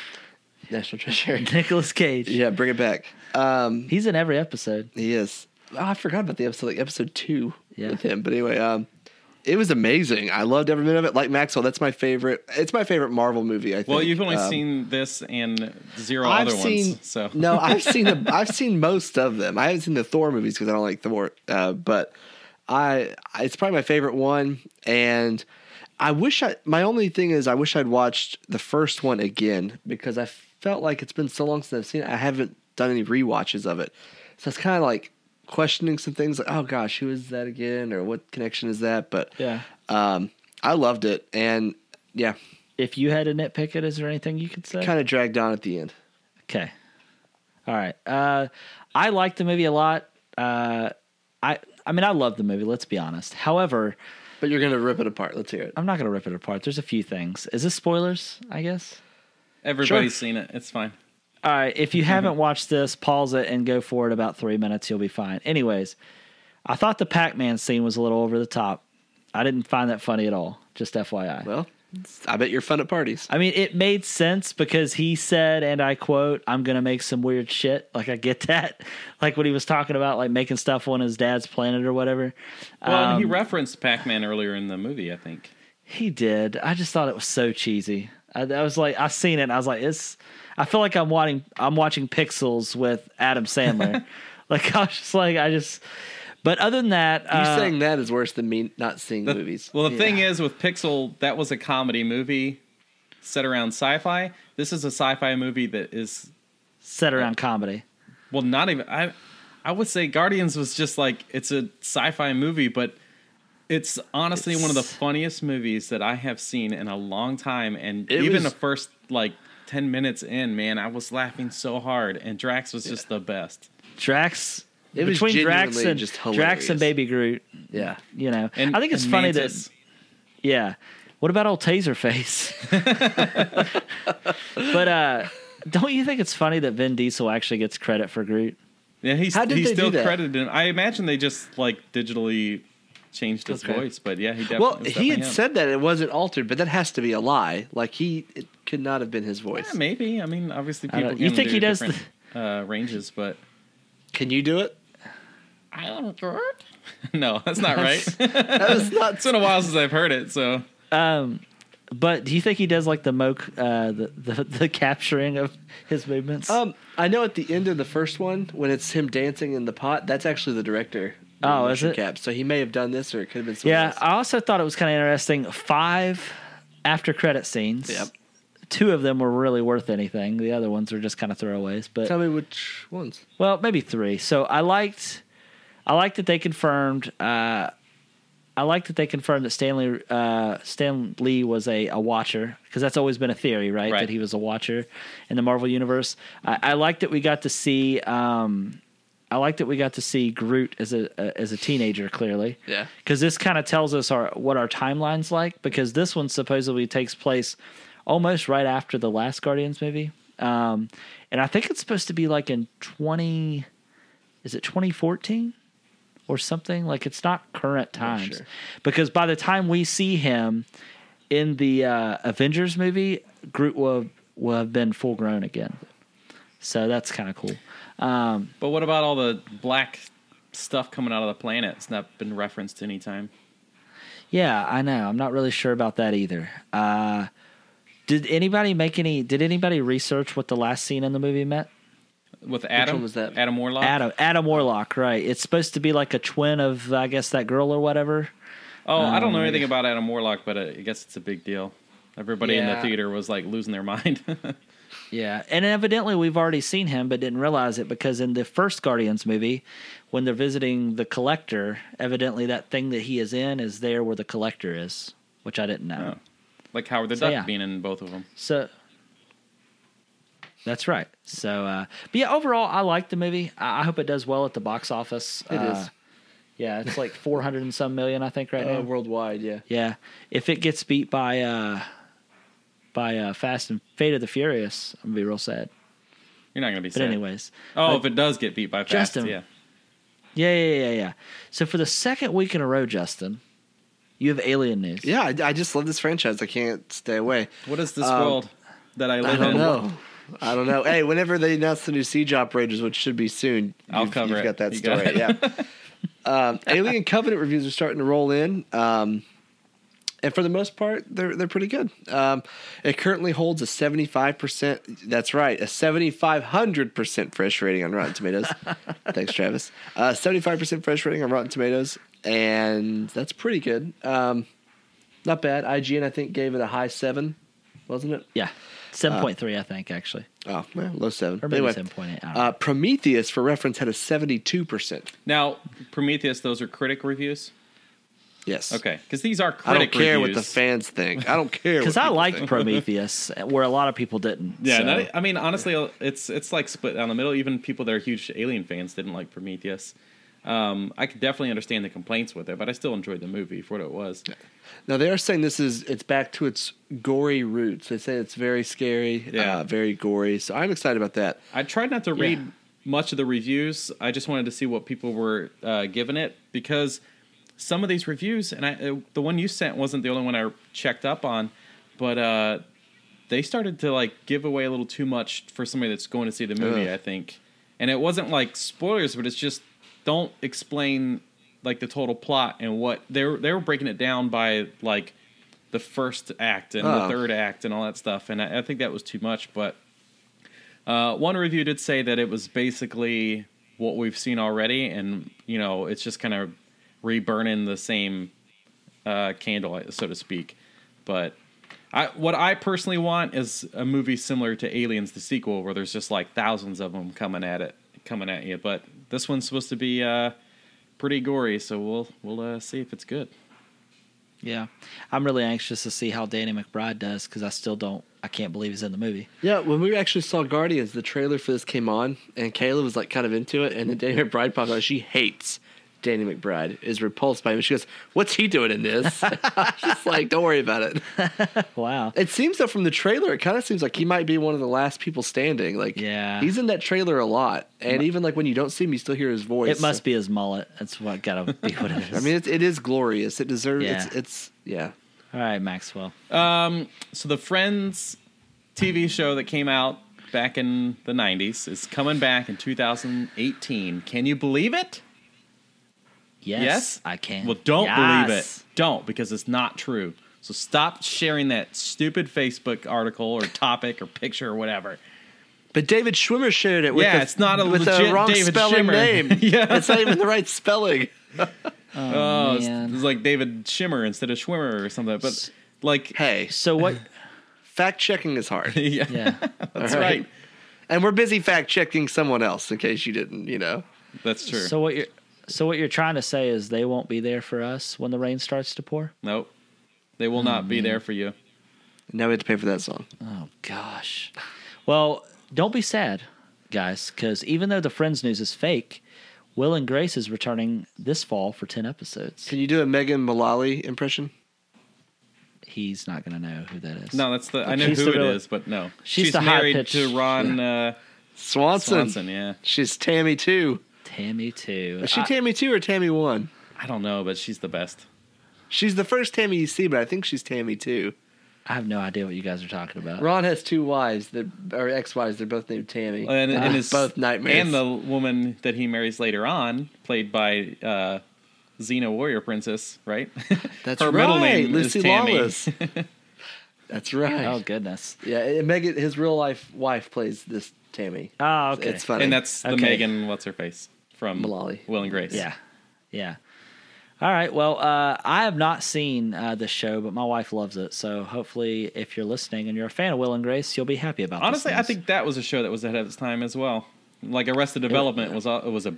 national treasure.
Nicholas Cage.
Yeah, bring it back. Um,
He's in every episode.
he is. Oh, I forgot about the episode, like episode two
Yeah.
with him. But anyway, um, it was amazing. I loved every minute of it. Like Maxwell, that's my favorite. It's my favorite Marvel movie. I think.
Well, you've only
Um,
seen this and 0
I've
other
seen
ones. So
no, I've seen the, I've seen most of them. I haven't seen the Thor movies because I don't like Thor, uh, but I it's probably my favorite one. And I wish I my only thing is I wish I'd watched the first one again because I felt like it's been so long since I've seen it. I haven't done any rewatches of it, so it's kind of like questioning some things like oh gosh who is that again or what connection is that but
Yeah.
um i loved it and yeah
If you had a nitpick it, is there anything you could say?
kind of dragged on at the end
Okay. All right. Uh, I liked the movie a lot. Uh, I I mean, I love the movie. Let's be honest. However,
but you're gonna rip it apart let's hear it
I'm not gonna rip it apart. There's a few things. Is this spoilers? I guess.
everybody's seen it. It's fine.
All right. If you haven't watched this, pause it and go for it about three minutes. You'll be fine. Anyways, I thought the Pac-Man scene was a little over the top. I didn't find that funny at all. Just FYI.
Well, I bet you're fun at parties.
I mean, it made sense because he said, and I quote, I'm going to make some weird shit. Like, I get that. Like, what he was talking about, like making stuff on his dad's planet or whatever.
Well, and he
Um,
referenced Pac-Man earlier in the movie, I think.
He did. I just thought it was so cheesy. I, I was like, I seen it. And I was like, it's. I feel like I'm watching. I'm watching Pixels with Adam Sandler. like I was just like, I just. But other than that,
You
uh,
saying that is worse than me not seeing movies.
Well, the thing is with Pixel, that was a comedy movie set around sci-fi. This is a sci-fi movie that is
set around comedy.
well, not even I I would say Guardians was just like it's a sci-fi movie, but it's honestly one of the
It's-
funniest movies that I have seen in a long time and
It
even
was-
the first like 10 minutes in, man, I was laughing so hard and Drax was just the best.
Drax.
It was
between Drax
genuinely
and
just
Drax and
hilarious.
Baby Groot.
yeah,
You know,
And
I think it's
and
funny that
Mantis.
Yeah. What about old Taserface? but uh don't you think it's funny that Vin Diesel actually gets credit for Groot?
Yeah, he's,
How did
he's
they do
still
that?
credited him. I imagine they just like digitally changed his voice, but yeah, he definitely.
Well,
it was
he
definitely
had
him.
said that it wasn't altered, but that has to be a lie. Like he, it could not have been his voice.
Yeah, maybe. I mean, obviously,
don't-
people.
you
can
think
do
he does
different, uh, ranges? But
Can you do it?
I don't know. No, that's not right.
That is not.
it's been a while since I've heard it, so
But do you think he does like the moke uh the, the, the capturing of his movements?
um, I know at the end of the first one when it's him dancing in the pot, that's actually the director. doing
Oh,
the
is
motion
it?
Cap. So he may have done this, or it could have been. someone
yeah,
else.
I also thought it was kind of interesting. Five after credit scenes.
Yep.
Two of them were really worth anything. The other ones were just kind of throwaways. But
Tell me which ones.
Well, maybe three. So I liked, I liked that they confirmed. Uh, I liked that they confirmed that Stanley uh, Stan Lee was a, a watcher because that's always been a theory, right?
Right.
That he was a watcher in the Marvel universe. I, I liked that we got to see. Um, I like that we got to see Groot as a uh, as a teenager. Clearly,
Yeah.
because this kind of tells us our what our timeline's like because this one supposedly takes place almost right after the last Guardians movie. Um, and I think it's supposed to be like in 20 is it 2014 or something like it's not current times
sure.
because by the time we see him in the uh, Avengers movie Groot will will have been full grown again. So that's kind of cool.
But what about all the black stuff coming out of the planet? It's not been referenced any time.
Yeah, I know. I'm not really sure about that either. Uh, did anybody make any? Did anybody research what the last scene in the movie meant?
With Adam,
one was that?
Adam Warlock.
Adam Adam Warlock, right? It's supposed to be like a twin of, I guess, that girl or whatever.
Oh, I
Um,
don't know anything about Adam Warlock, but uh, I guess it's a big deal. Everybody in
Yeah.
the theater was like losing their mind.
Yeah, and evidently we've already seen him, but didn't realize it because in the first Guardians movie, when they're visiting the Collector, evidently that thing that he is in is there where the Collector is, which I didn't know.
Oh. like Howard the
So,
Duck
yeah.
being in both of them.
So that's right. So, uh, but yeah, overall, I like the movie. I, I hope it does well at the box office. It
It
is.
is.
Yeah, it's like 400 and some million, I think, right now.
Uh, worldwide, yeah.
Yeah, if it gets beat by uh by uh Fast and Fate of the Furious, I'm gonna be real sad.
You're not gonna be.
But anyways,
oh,
like-
if it does get beat by Fast,
Justin.
yeah,
yeah, yeah, yeah, yeah. So for the second week in a row, Justin, you have alien news.
Yeah, I, I just love this franchise. I can't stay away.
what is this
Um,
world that I live
I don't
in?
know. I don't know. Hey, whenever they announce the new Siege Operators, which should be soon,
I'll
you've,
cover
you've
it.
got that
You got
story. yeah. Um, Alien Covenant reviews are starting to roll in. Um, and for the most part, they're they're pretty good. Um, it currently holds a seventy five percent. That's right, a seventy five hundred percent fresh rating on Rotten Tomatoes. Thanks, Travis. Seventy five percent fresh rating on Rotten Tomatoes, and that's pretty good. Um, not bad. IGN I think gave it a high seven, wasn't it?
yeah, seven point three, I think, actually,
Oh, well, low seven.
or maybe
Anyway,
seven point eight. I don't know.
uh, Prometheus, for reference, had a 72%.
Now, Prometheus, those are critic reviews.
Yes.
Okay, because these are
I
critic
don't care
reviews.
what the fans think. I don't care.
Because
what
I
people
liked
think.
Prometheus, where a lot of people didn't.
Yeah,
so-
that- I mean, honestly, uh, it's it's like split down the middle. Even people that are huge Alien fans didn't like Prometheus. Um, I could definitely understand the complaints with it, but I still enjoyed the movie for what it was.
Now they are saying this is it's back to its gory roots. They say it's very scary,
Yeah.
uh, very gory. So I'm excited about that.
I tried not to
Yeah.
read much of the reviews. I just wanted to see what people were uh, giving it because some of these reviews, and I, uh, the one you sent wasn't the only one I checked up on, but uh, they started to like give away a little too much for somebody that's going to see the movie.
Ugh.
I think, and it wasn't like spoilers, but it's just don't explain like the total plot and what they were they were breaking it down by like the first act and the
Oh.
third act and all that stuff, and I, I think that was too much, but. Uh, one review did say that it was basically what we've seen already, and you know, it's just kind of reburning the same uh, candle, so to speak. But I, what I personally want is a movie similar to Aliens, the sequel, where there's just like thousands of them coming at it, coming at you. But this one's supposed to be uh, pretty gory, so we'll we'll uh, see if it's good.
yeah, I'm really anxious to see how Danny McBride does because I still don't, I can't believe he's in the movie.
Yeah, when we actually saw Guardians, the trailer for this came on, and Kayla was like kind of into it, and then Danny McBride popped out. She hates Danny McBride, is repulsed by him. She goes, "What's he doing in this?" She's like, "Don't worry about it."
Wow.
It seems though from the trailer, it kind of seems like he might be one of the last people standing. Like,
Yeah.
he's in that trailer a lot, and even like when you don't see him, you still hear his voice.
It must be his mullet. That's what gotta be what it is.
I mean, it, it is glorious. It deserves. It's,
Yeah.
it's yeah.
all right, Maxwell.
So the Friends TV show that came out back in the 90s is coming back in 2018. Can you believe it?
Yes,
Yes,
I can.
Well, don't believe
Yes.
it. Don't because it's not true. So stop sharing that stupid Facebook article or topic or picture or whatever.
But David Schwimmer shared it. With
Yeah,
the-
it's not a
with
legit
the wrong
David
spelling
Schwimmer.
name.
Yeah.
it's not even the right spelling.
Oh, it's,
man.
it's like David Shimmer instead of Schwimmer or something. But like,
Hey,
So what?
fact checking is hard,
yeah,
Yeah,
that's
all
right.
right. and we're busy fact checking someone else in case you didn't. You know,
That's true.
so what you're so what you're trying to say is they won't be there for us when the rain starts to pour.
nope, they will not be there for you.
now we have to pay for that song.
Oh gosh. Well, don't be sad, guys, because even though the Friends news is fake, Will and Grace is returning this fall for ten episodes.
Can you do a Megan Mullally impression?
He's not gonna know who that is.
No, that's the I know
she's
who
the
it is,
real-
but no,
she's the high
married
pitch-
to Ron uh,
Swanson.
Swanson. Yeah,
She's Tammy too.
Tammy too.
Is she
I-
Tammy two or Tammy one?
I don't know, but she's the best.
She's the first Tammy you see, but I think she's Tammy two.
I have no idea what you guys are talking about.
Ron has two wives that are ex wives. They're both named Tammy.
and,
Ah,
and his
both nightmares.
and the woman that he marries later on, played by uh, Xena Warrior Princess, right?
That's
Her
right,
middle name is
Lucy
Tammy.
Lawless. That's right.
Oh goodness.
Yeah, and Megan, his real life wife plays this Tammy.
Ah,
Oh, okay.
It's funny.
and that's the
Okay.
Megan, what's her face from
Mullally.
Will and Grace.
Yeah. Yeah. All right. Well, uh, I have not seen uh, this show, but my wife loves it. So hopefully, if you're listening and you're a fan of Will and Grace, you'll be happy about. this
honestly, I
news.
think that was a show that was ahead of its time as well. Like Arrested Development was was it was a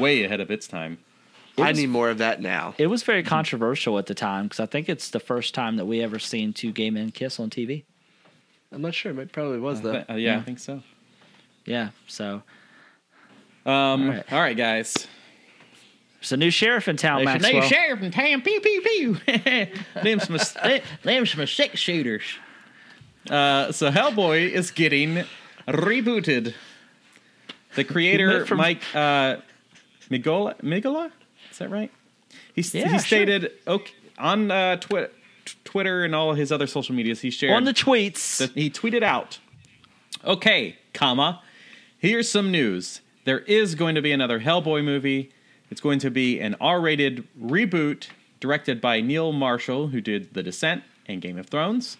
way ahead of its time.
I need more of that now.
it was
Mhm.
very controversial at the time because I think it's the first time that we ever seen two gay men kiss on TV.
I'm not sure. It probably was though.
Th- uh, yeah, I think so.
Yeah. So
Um, all,
All
Um, right.
right.
guys.
There's a new sheriff in town,
There's a
Maxwell.
new sheriff in town. Pew pew pew. them's my th- them's my six shooters. Uh, so Hellboy is getting rebooted. The creator
went from-
Mike uh, Migola Migola, is that right? He s-
Yeah,
he
sure.
stated okay, on uh, twi- t- Twitter and all his other social medias. He shared
On the tweets.
that he tweeted out, "Okay, comma, here's some news. There is going to be another Hellboy movie. It's going to be an R-rated reboot directed by Neil Marshall, who did The Descent and Game of Thrones,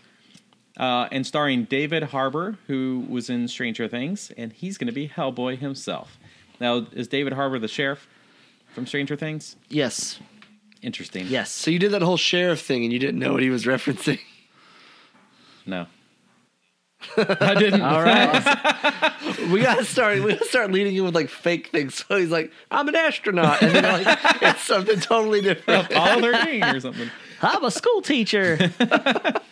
uh, and starring David Harbour, who was in Stranger Things, and he's going to be Hellboy himself. Now, is David Harbour the sheriff from Stranger Things?
yes.
Interesting.
Yes.
So you did that whole sheriff thing and you didn't know what he was referencing.
No. I didn't.
All right.
We gotta start. We gotta start leading you with like fake things. So he's like, "I'm an astronaut," and then like it's something totally different.
All 13 or something.
I'm a school teacher.
But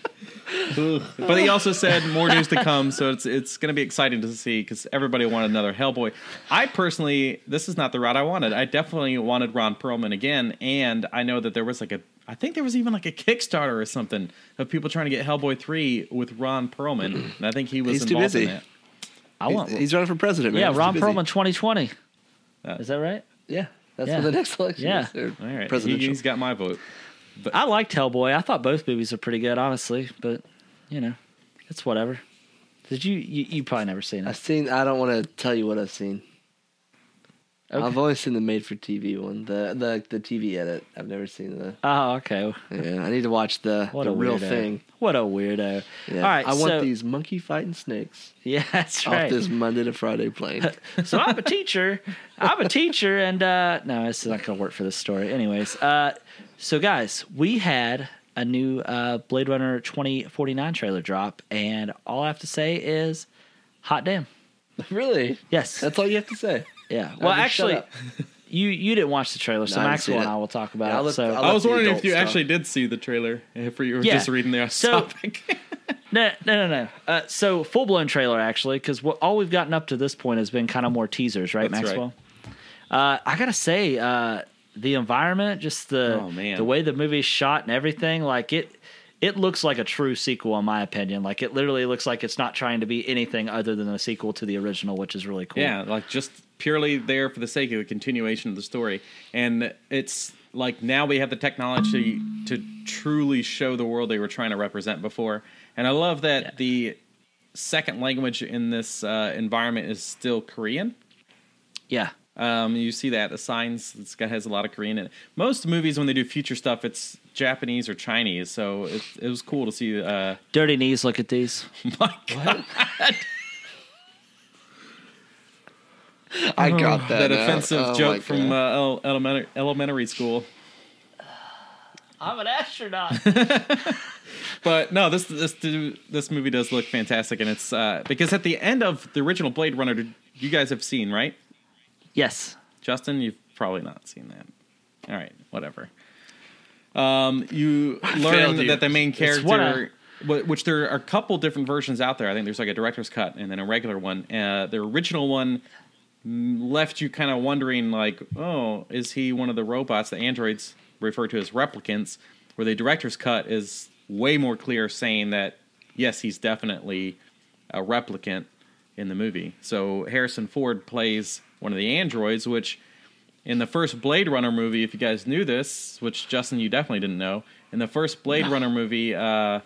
Oh.
he also said more news to come, so it's it's going to be exciting to see because everybody wanted another Hellboy. I personally, this is not the route I wanted. I definitely wanted Ron Perlman again, and I know that there was like a, I think there was even like a Kickstarter or something of people trying to get Hellboy three with Ron Perlman, and I think he was
He's too
involved in
busy.
that. I want,
He's running for president. Man.
yeah,
He's too
Ron
busy.
Perlman 2020. Is that right?
Yeah, that's
Yeah.
for the next election.
Yeah.
is, or
all right, he,
presidential.
he's got my vote.
I liked Hellboy. I thought both movies are pretty good, honestly. But you know, it's whatever. Did you? You, you probably never seen
I've
it.
seen. I don't want to tell you what I've seen.
Okay.
I've only seen the made-for-TV one, the the the TV edit. I've never seen the.
Oh, okay.
Yeah, I need to watch the
What
the
a
real
weirdo.
thing.
What a weirdo.
Yeah.
All right.
I want
so-
these monkey fighting snakes
Yeah, that's
off
right.
this Monday to Friday plane.
so I'm a teacher. I'm a teacher, and uh, no, it's not going to work for this story. Anyways, uh, so guys, we had a new uh, Blade Runner 2049 trailer drop, and all I have to say is, hot damn!
really?
Yes,
That's all you have to say.
yeah. Well,
just shut
actually,
up.
you you didn't watch the trailer, so
No, I haven't
Maxwell
seen
and
it.
I will talk about
Yeah, I'll
it.
let-
So
I'll
I was
the
wondering if
adult
you
stuff.
actually did see the trailer, if you were
Yeah.
just reading the
So-
topic.
No, no, no, no. Uh, so full blown trailer actually, because what all we've gotten up to this point has been kind of more teasers, right,
That's
Maxwell? Uh, I gotta say, uh, the environment, just the
Oh, man.
the way the movie's shot and everything, like it, it looks like a true sequel in my opinion. Like it literally looks like it's not trying to be anything other than a sequel to the original, which is really cool.
Yeah, like just purely there for the sake of the continuation of the story. And it's like now we have the technology to truly show the world they were trying to represent before. And I love that the second language in this uh, environment is still Korean.
yeah.
Um, you see that the signs this guy has a lot of Korean in it. Most movies when they do future stuff, it's Japanese or Chinese. So it, it was cool to see. Uh,
Dirty knees. Look at these.
my God,
I got that.
that
now.
offensive
Oh my
joke from
God.
uh, ele- elementary elementary school.
I'm an astronaut.
But no, this this do- this movie does look fantastic, and it's uh, because at the end of the original Blade Runner, did- you guys have seen right,
yes.
Justin? You've probably not seen that. All right, whatever. Um, you learn
failed you.
that the main character,
what
wh- which there are a couple different versions out there. I think there's like a director's cut and then a regular one. Uh, the original one left you kind of wondering, like, oh, is he one of the robots, the androids referred to as replicants, where the director's cut is way more clear saying that, yes, he's definitely a replicant in the movie. So Harrison Ford plays one of the androids, which in the first Blade Runner movie, if you guys knew this, which Justin, you definitely didn't know, in the first Blade Runner movie, uh,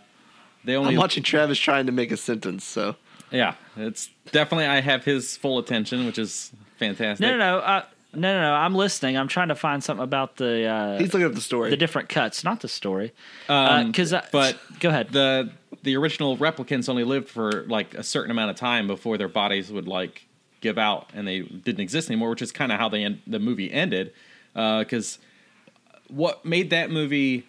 they only
I'm watching Travis trying to make a sentence. So
yeah, it's definitely I have his full attention, which is fantastic.
No, no, no. Uh, no, no, no. I'm listening. I'm trying to find something about the. Uh,
he's looking up the story.
the different cuts, not the story.
Um,
Because,
but
go ahead.
the the original replicants only lived for like a certain amount of time before their bodies would like give out and they didn't exist anymore, which is kind of how the end, the movie ended. Because what made that movie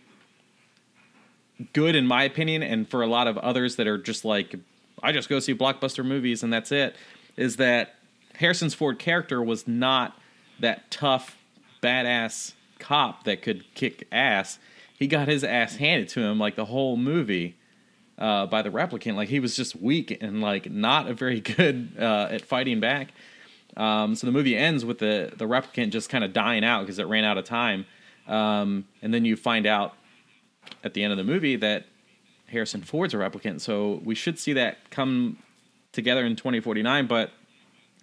good, in my opinion, and for a lot of others that are just like, I just go see blockbuster movies and that's it, is that Harrison's Ford character was not that tough, badass cop that could kick ass. He got his ass handed to him like the whole movie uh, by the replicant. Like he was just weak and like not a very good uh, at fighting back. Um, so the movie ends with the the replicant just kind of dying out because it ran out of time, um, and then you find out at the end of the movie that Harrison Ford's a replicant. So we should see that come together in 2049. But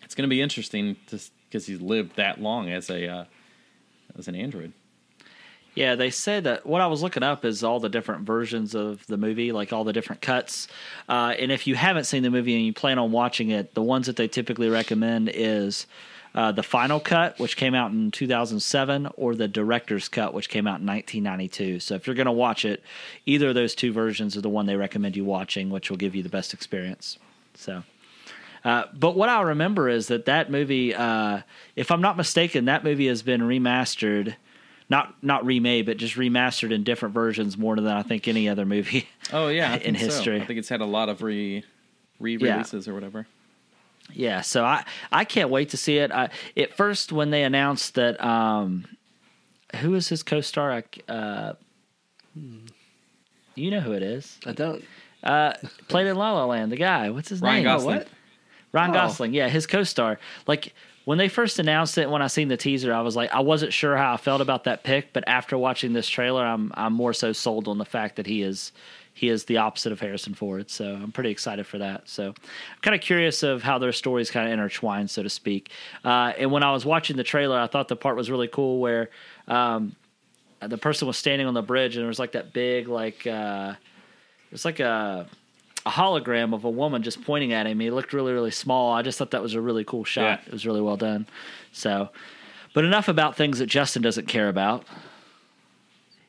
it's going to be interesting because he's lived that long as a uh, as an android.
Yeah, they said that what I was looking up is all the different versions of the movie, like all the different cuts. Uh, and if you haven't seen the movie and you plan on watching it, the ones that they typically recommend is uh, the final cut, which came out in 2007, or the director's cut, which came out in 1992. So if you're going to watch it, either of those two versions are the one they recommend you watching, which will give you the best experience. So. Uh, but what I remember is that that movie, uh, if I'm not mistaken, that movie has been remastered, not not remade, but just remastered in different versions more than I think any other movie.
Oh yeah, I
in
think so.
history.
I think it's had a lot of re re releases or whatever.
Yeah, so I I can't wait to see it. I, at first, when they announced that, um, who is his co-star? I c- Uh, you know who it is.
I don't.
Uh, played in La La Land. The guy. What's his
Ryan
name? Oh,
Gosling. Oh.
what? Ryan Gosling. Yeah, his co-star. Like when they first announced it, when I seen the teaser, I was like, I wasn't sure how I felt about that pick, but after watching this trailer, I'm I'm more so sold on the fact that he is he is the opposite of Harrison Ford. So I'm pretty excited for that. So I'm kind of curious of how their stories kind of intertwine, so to speak. Uh, and when I was watching the trailer, I thought the part was really cool where um, the person was standing on the bridge and there was like that big like uh, it's like a a hologram of a woman just pointing at him. He looked really, really small. I just thought that was a really cool shot.
Yeah.
It was really well done. So, but enough about things that Justin doesn't care about.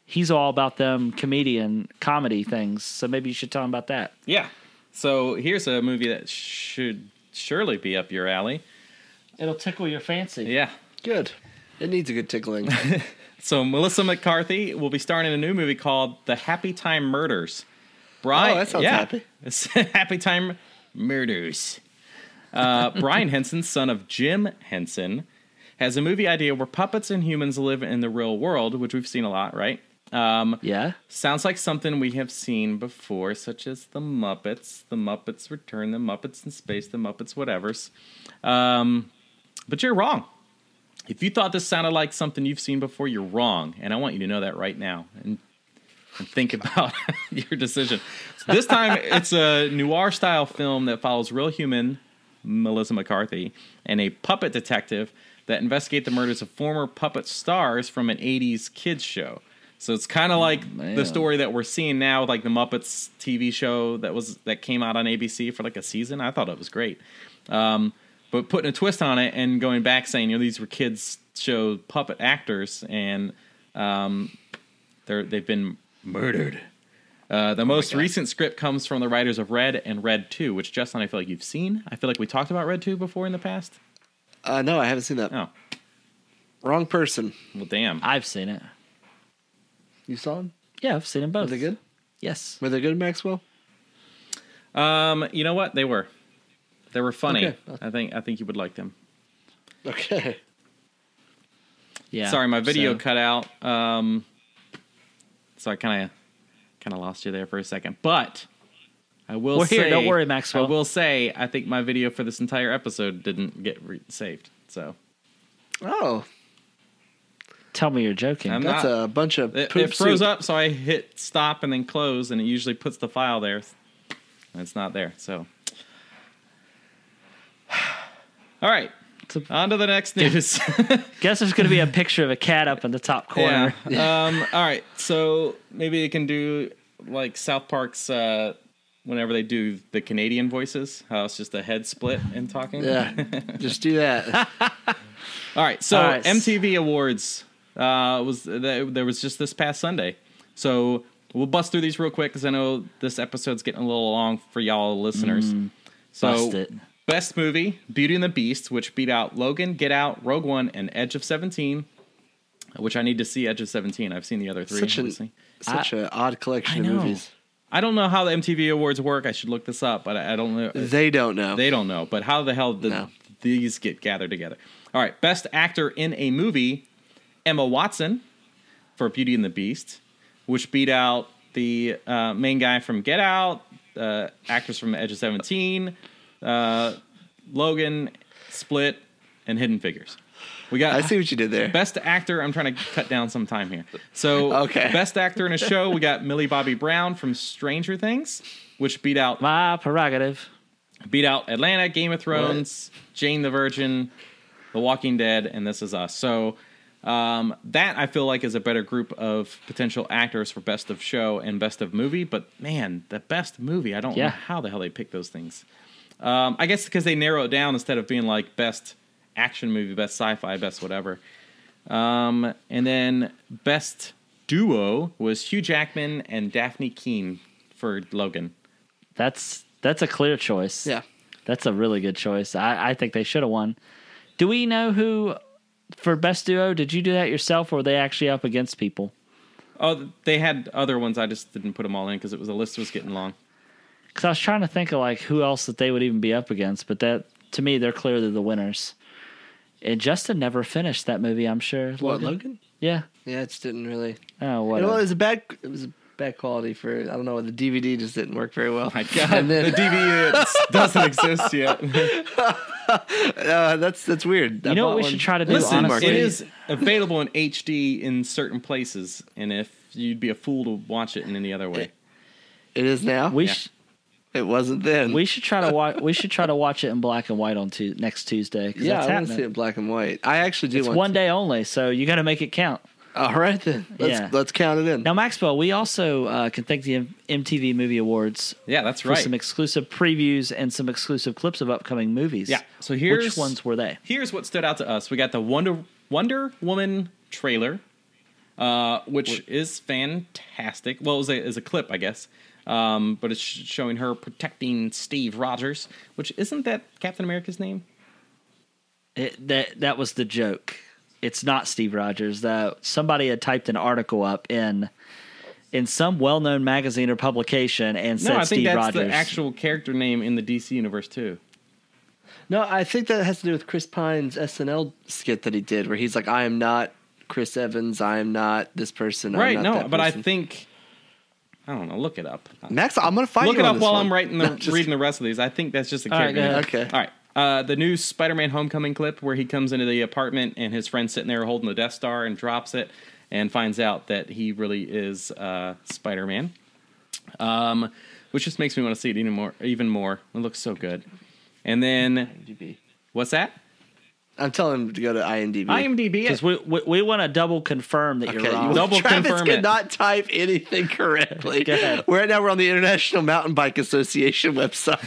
He's all about them comedian comedy things. So maybe you should tell him about that.
Yeah. So here's a movie that should surely be up your alley.
It'll tickle your fancy.
Yeah.
Good. It needs a good tickling.
So Melissa McCarthy will be starring in a new movie called The Happy Time Murders. Brian,
Oh, that sounds
yeah.
happy.
It's Happy Time Murders. Uh, Brian Henson, son of Jim Henson, has a movie idea where puppets and humans live in the real world, which we've seen a lot, right? Um,
Yeah.
Sounds like something we have seen before, such as the Muppets, the Muppets Return, the Muppets in Space, the Muppets Whatevers. Um, but you're wrong. If you thought this sounded like something you've seen before, you're wrong, and I want you to know that right now and, and think about your decision. So this time, it's a noir style film that follows real human Melissa McCarthy and a puppet detective that investigate the murders of former puppet stars from an 80s kids show. So it's kind of like the
man.
story that we're seeing now with like the Muppets TV show that was that came out on ABC for like a season. I thought it was great. Um, but putting a twist on it and going back saying, you know, these were kids show puppet actors and um, they're they've been murdered. Uh, the most recent script comes from the writers of Red and Red 2, which Justin, I feel like you've seen. I feel like we talked about Red 2 before in the past.
Uh, no, I haven't seen that.
Oh,
Wrong person.
well, damn.
I've seen it.
You saw him?
Yeah, I've seen them both.
Were they good?
Yes.
Were they good, Maxwell?
Um, you know what? They were, they were funny.
Okay.
I think I think you would like them.
Okay.
Yeah.
Sorry, my video
So-
cut out. Um, so I kind of kind of lost you there for a second, but I will.
We're
say,
here. Don't worry, Maxwell.
I will say I think my video for this entire episode didn't get re- saved. So
Oh,
Tell me you're joking.
I'm
that's
not-
a bunch of
it,
poop
it froze
soup.
up, so I hit stop and then close, and it usually puts the file there. And It's not there. So, all right,
It's
on to the next news.
Guess there's going to be a picture of a cat up in the top corner.
Yeah. um, all right. So maybe you can do like South Park's uh, whenever they do the Canadian voices, how it's just a head split in talking.
Yeah, just do that.
All right. So
All right.
MTV Awards uh, was th- there was just this past Sunday. So we'll bust through these real quick because I know this episode's getting a little long for y'all listeners. so
Mm. bust it.
best movie, Beauty and the Beast, which beat out Logan, Get Out, Rogue One, and Edge of Seventeen. Which I need to see Edge of Seventeen. I've seen the other three.
Such
obviously.
an such an odd collection
I
of
know.
movies.
I don't know how the MTV Awards work. I should look this up, but I I don't know.
They don't know.
They don't know. But how the hell did
No.
these get gathered together? All right, best actor in a movie, Emma Watson for Beauty and the Beast, which beat out the uh, main guy from Get Out, uh, actors from Edge of Seventeen, uh, Logan, Split, and Hidden Figures. We got.
I see what you did there.
Best actor. I'm trying to cut down some time here. So,
Okay.
best actor in a show, we got Millie Bobby Brown from Stranger Things, which beat out
My prerogative.
beat out Atlanta, Game of Thrones, Jane the Virgin, The Walking Dead, and This Is Us. So um, that I feel like is a better group of potential actors for best of show and best of movie. But man, the best movie, I don't
Yeah.
know how the hell they pick those things. Um, I guess because they narrow it down instead of being like best action movie, best sci-fi, best whatever. Um, and then best duo was Hugh Jackman and Daphne Keene for Logan.
That's that's a clear choice.
Yeah.
That's a really good choice. I, I think they should have won. Do we know who for best duo? Did you do that yourself, or were they actually up against people?
Oh, they had other ones. I just didn't put them all in because it was the list was getting long.
Because I was trying to think of like who else that they would even be up against, but that to me they're clearly the winners. And Justin never finished that movie. I'm sure.
What Logan?
Yeah.
Yeah, it just didn't really.
Oh,
You know,
whatever.
it was a bad. It was a bad quality for. I don't know. The DVD just didn't work very well.
Oh My God,
And
the
then-
DVD doesn't exist yet.
Uh, that's that's weird.
You know what we should try to do,
Listen,
honestly?
it is available in HD in certain places, and if you'd be a fool to watch it in any other way,
It is now.
we
yeah.
sh-
it wasn't then.
we should try to watch. we should try to watch it in black and white on tu- next Tuesday. 'cause
yeah,
that's
I want to
happening.
see it in black and white. I actually do
It's
want.
one
to-
day only, so you got to make it count.
All right then. Let's
Yeah.
let's count it in.
Now, Maxwell, we also uh, can thank the M- MTV Movie Awards
yeah, that's
for
right.
some exclusive previews and some exclusive clips of upcoming movies.
Yeah, so here's-
which ones were they?
Here's what stood out to us: we got the Wonder Wonder Woman trailer, uh, which is fantastic. Well, it was a, it was a clip, I guess, um, but it's sh- showing her protecting Steve Rogers, which isn't that Captain America's name?
It, that that was the joke. It's not Steve Rogers. That somebody had typed an article up in in some well-known magazine or publication and
No,
said
I think
Steve
that's
Rogers.
the actual character name in the DC universe too.
No, I think that has to do with Chris Pine's SNL skit that he did, where he's like, "I am not Chris Evans. I am not this person. I'm
right?
not
No,
that
but I
person."
think I don't know. Look it up.
Max, I'm gonna find
Look
you
it
on
up
this
while
one.
I'm writing the
No, just-
reading the rest of these. I think that's just a
All right,
character.
go
name.
ahead.
Okay.
All right. Uh, the new Spider-Man: Homecoming clip where he comes into the apartment and his friend's sitting there holding the Death Star and drops it and finds out that he really is uh, Spider-Man, um, which just makes me want to see it even more. Even more. It looks so good. And then what's that?
I'm telling him to go to IMDb.
IMDb.
because we we, we want to double confirm that
Okay,
you're wrong.
you-
Double
Travis
confirm
could
it.
not type anything correctly.
Go ahead.
Right now, we're on the International Mountain Bike Association website.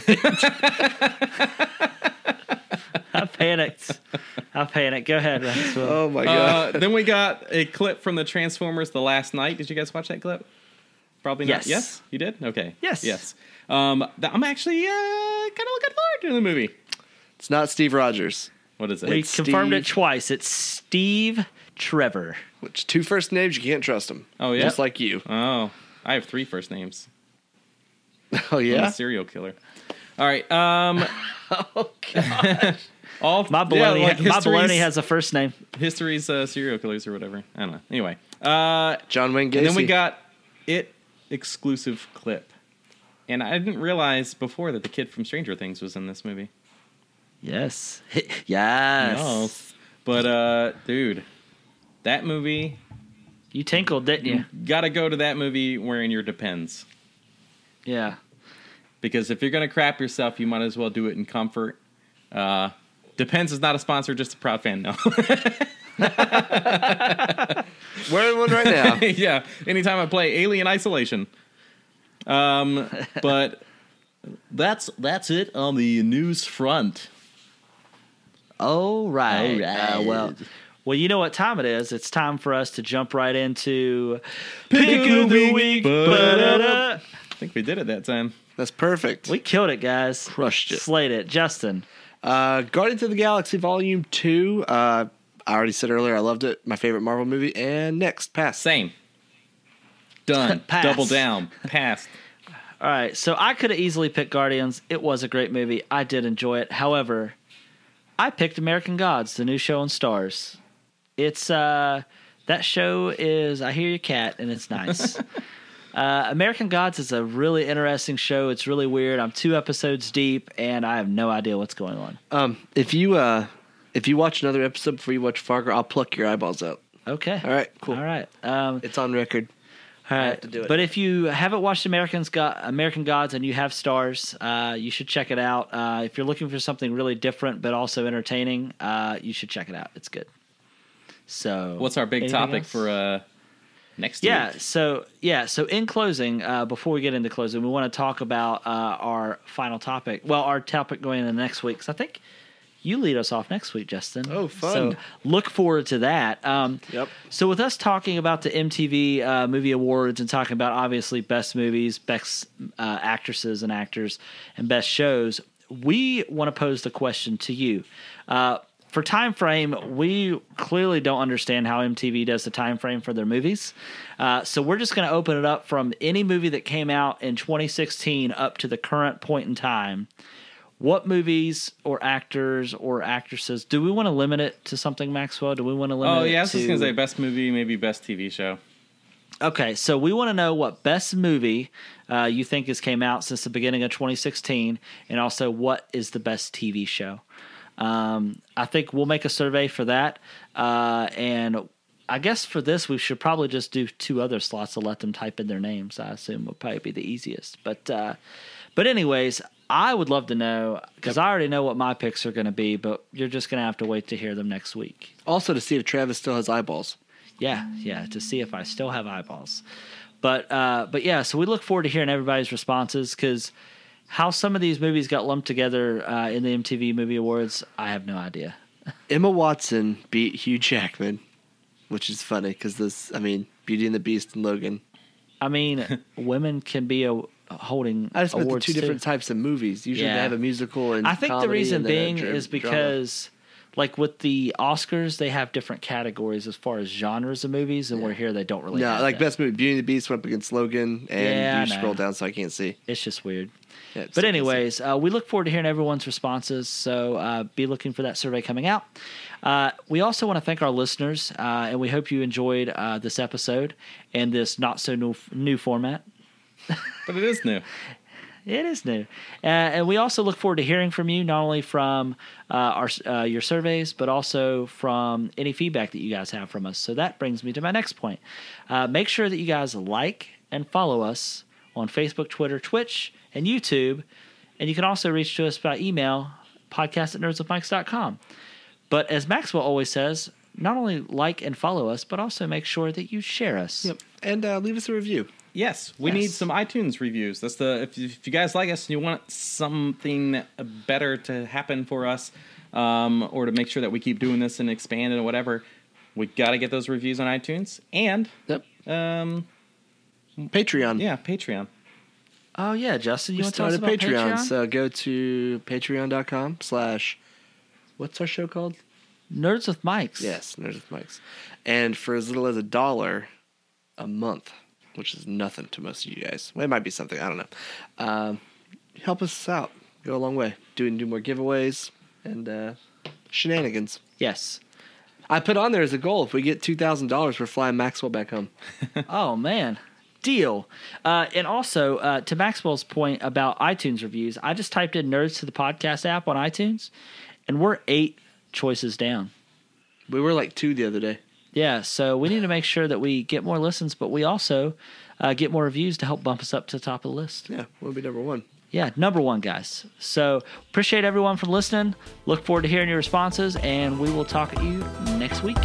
I panicked. I panicked. Go ahead, Maxwell.
oh my
Uh,
god!
then we got a clip from the Transformers: The Last Night. Did you guys watch that clip? Probably not.
Yes.
Yes, you did. Okay.
Yes.
Yes. Um, th- I'm actually uh, kind of looking forward to the movie.
it's not Steve Rogers.
What is it?
we
It's
confirmed it
Steve-
twice. It's Steve Trevor.
Which two first names you can't trust them.
Oh, yeah?
just like you.
oh, I have three first names.
Oh
I'm
yeah.
a serial killer. All right. Um, all
Oh, My baloney.
yeah, like
my baloney
history's-
has a first name.
history's uh, serial killers or whatever. I don't know. Anyway, uh,
John Wayne Gacy.
And then we got it exclusive clip. And I didn't realize before that the kid from Stranger Things was in this movie.
Yes. yes.
But uh dude, that movie
You tinkled, didn't you?
gotta go to that movie wearing your depends.
Yeah.
Because if you're gonna crap yourself, you might as well do it in comfort. Uh Depends is not a sponsor, just a proud fan. No,
We're in one right now.
yeah. Anytime I play Alien Isolation, um, but that's that's it on the news front.
All right. Uh, well, well, you know what time it is. It's time for us to jump right into Pick, of the Week. Ba-da-da.
I think we did it that time.
That's perfect.
We killed it, guys.
Crushed it.
Slayed it. Justin.
Uh, Guardians of the Galaxy Volume Two. Uh, I already said earlier I loved it. My favorite Marvel movie. And next, pass.
Same. Done.
Pass.
Double down. Passed.
All right, so I could have easily picked Guardians. It was a great movie. I did enjoy it. However, I picked American Gods, the new show on Stars. It's uh that show is I hear your cat and it's nice. uh American Gods is a really interesting show. It's really weird. I'm two episodes deep and I have no idea what's going on.
Um, if you uh, If you watch another episode before you watch Fargo, I'll pluck your eyeballs out.
Okay.
All right, cool.
All right. Um,
It's on record.
all right.
have to do it.
Uh, But if you haven't watched American's Go- American Gods and you have stars, uh, you should check it out. Uh, if you're looking for something really different but also entertaining, uh, you should check it out. It's good. So,
What's our big
anything
topic
else?
for uh, next
yeah
week?
so yeah so in closing uh, before we get into closing we want to talk about uh, our final topic well our topic going into next week 'cause i think you lead us off next week justin
Oh, fun.
so look forward to that um,
Yep.
so with us talking about the mtv uh, movie awards and talking about obviously best movies best uh, actresses and actors and best shows we want to pose the question to you uh, for time frame we clearly don't understand how mtv does the time frame for their movies uh, so we're just going to open it up from any movie that came out in 2016 up to the current point in time what movies or actors or actresses do we want to limit it to something maxwell do we want to limit
Oh
it
yeah, I was just
to-
gonna say best movie, maybe best TV show.
Okay, so we want to know what best movie uh, you think has came out since the beginning of 2016, and also what is the best TV show. Um, I think we'll make a survey for that, uh, and I guess for this we should probably just do two other slots to let them type in their names. I assume would probably be the easiest. But uh, but anyways, I would love to know because I already know what my picks are going to be, but you're just going to have to wait to hear them next week.
Also, to see if Travis still has eyeballs.
Yeah, yeah, to see if I still have eyeballs. But uh, but yeah, so we look forward to hearing everybody's responses because how some of these movies got lumped together uh, in the MTV Movie Awards, I have no idea.
Emma Watson beat Hugh Jackman, which is funny because this, I mean, Beauty and the Beast and Logan.
I mean, women can be a, holding
I just meant the
awards
two
too.
different types of movies. Usually
Yeah.
they have a musical and
I think the
comedy
reason
and then
being
a dra-
is
drama.
because, like with the Oscars, they have different categories as far as genres of movies, and we're here they don't really.
no,
have
like
that.
best movie Beauty and the Beast went up against Logan, and
Yeah,
you
I
scroll
know.
down so I can't see.
It's just weird.
Yeah, it's
But
so
anyways, uh, we look forward to hearing everyone's responses. So uh, be looking for that survey coming out. Uh, we also want to thank our listeners, uh, and we hope you enjoyed uh, this episode and this not so new new format.
But it is new.
It is new, uh, and we also look forward to hearing from you, not only from uh, our uh, your surveys, but also from any feedback that you guys have from us. So that brings me to my next point. Uh, make sure that you guys like and follow us on Facebook, Twitter, Twitch, and YouTube, and you can also reach to us by email, podcast at nerdswithmikes.com. But as Maxwell always says, not only like and follow us, but also make sure that you share us.
Yep. And uh, leave us a review.
Yes, we
Yes.
need some iTunes reviews. That's the if, if you guys like us and you want something uh, better to happen for us, um, or to make sure that we keep doing this and expanding or whatever, we got to get those reviews on iTunes and
Yep.
um,
Patreon.
yeah, Patreon.
Oh yeah, Justin, you
We
want to tell us
started
about
Patreon,
Patreon?
so go to patreon.com slash what's our show called?
Nerds with mics.
Yes, Nerds with Mics. And for as little as a dollar a month, which is nothing to most of you guys. Well, it might be something, I don't know. Um, help us out. Go a long way. Do and do more giveaways and uh, shenanigans.
Yes.
I put on there as a goal if we get two thousand dollars, we're flying Maxwell back home.
Oh man, deal. Uh, and also uh, to Maxwell's point about iTunes reviews, I just typed in "nerds" to the podcast app on iTunes, and we're eight choices down.
We were like two the other day.
Yeah, so we need to make sure that we get more listens, but we also uh, get more reviews to help bump us up to the top of the list.
Yeah, we'll be number one.
Yeah, number one, guys. So appreciate everyone for listening. Look forward to hearing your responses, and we will talk at you next week.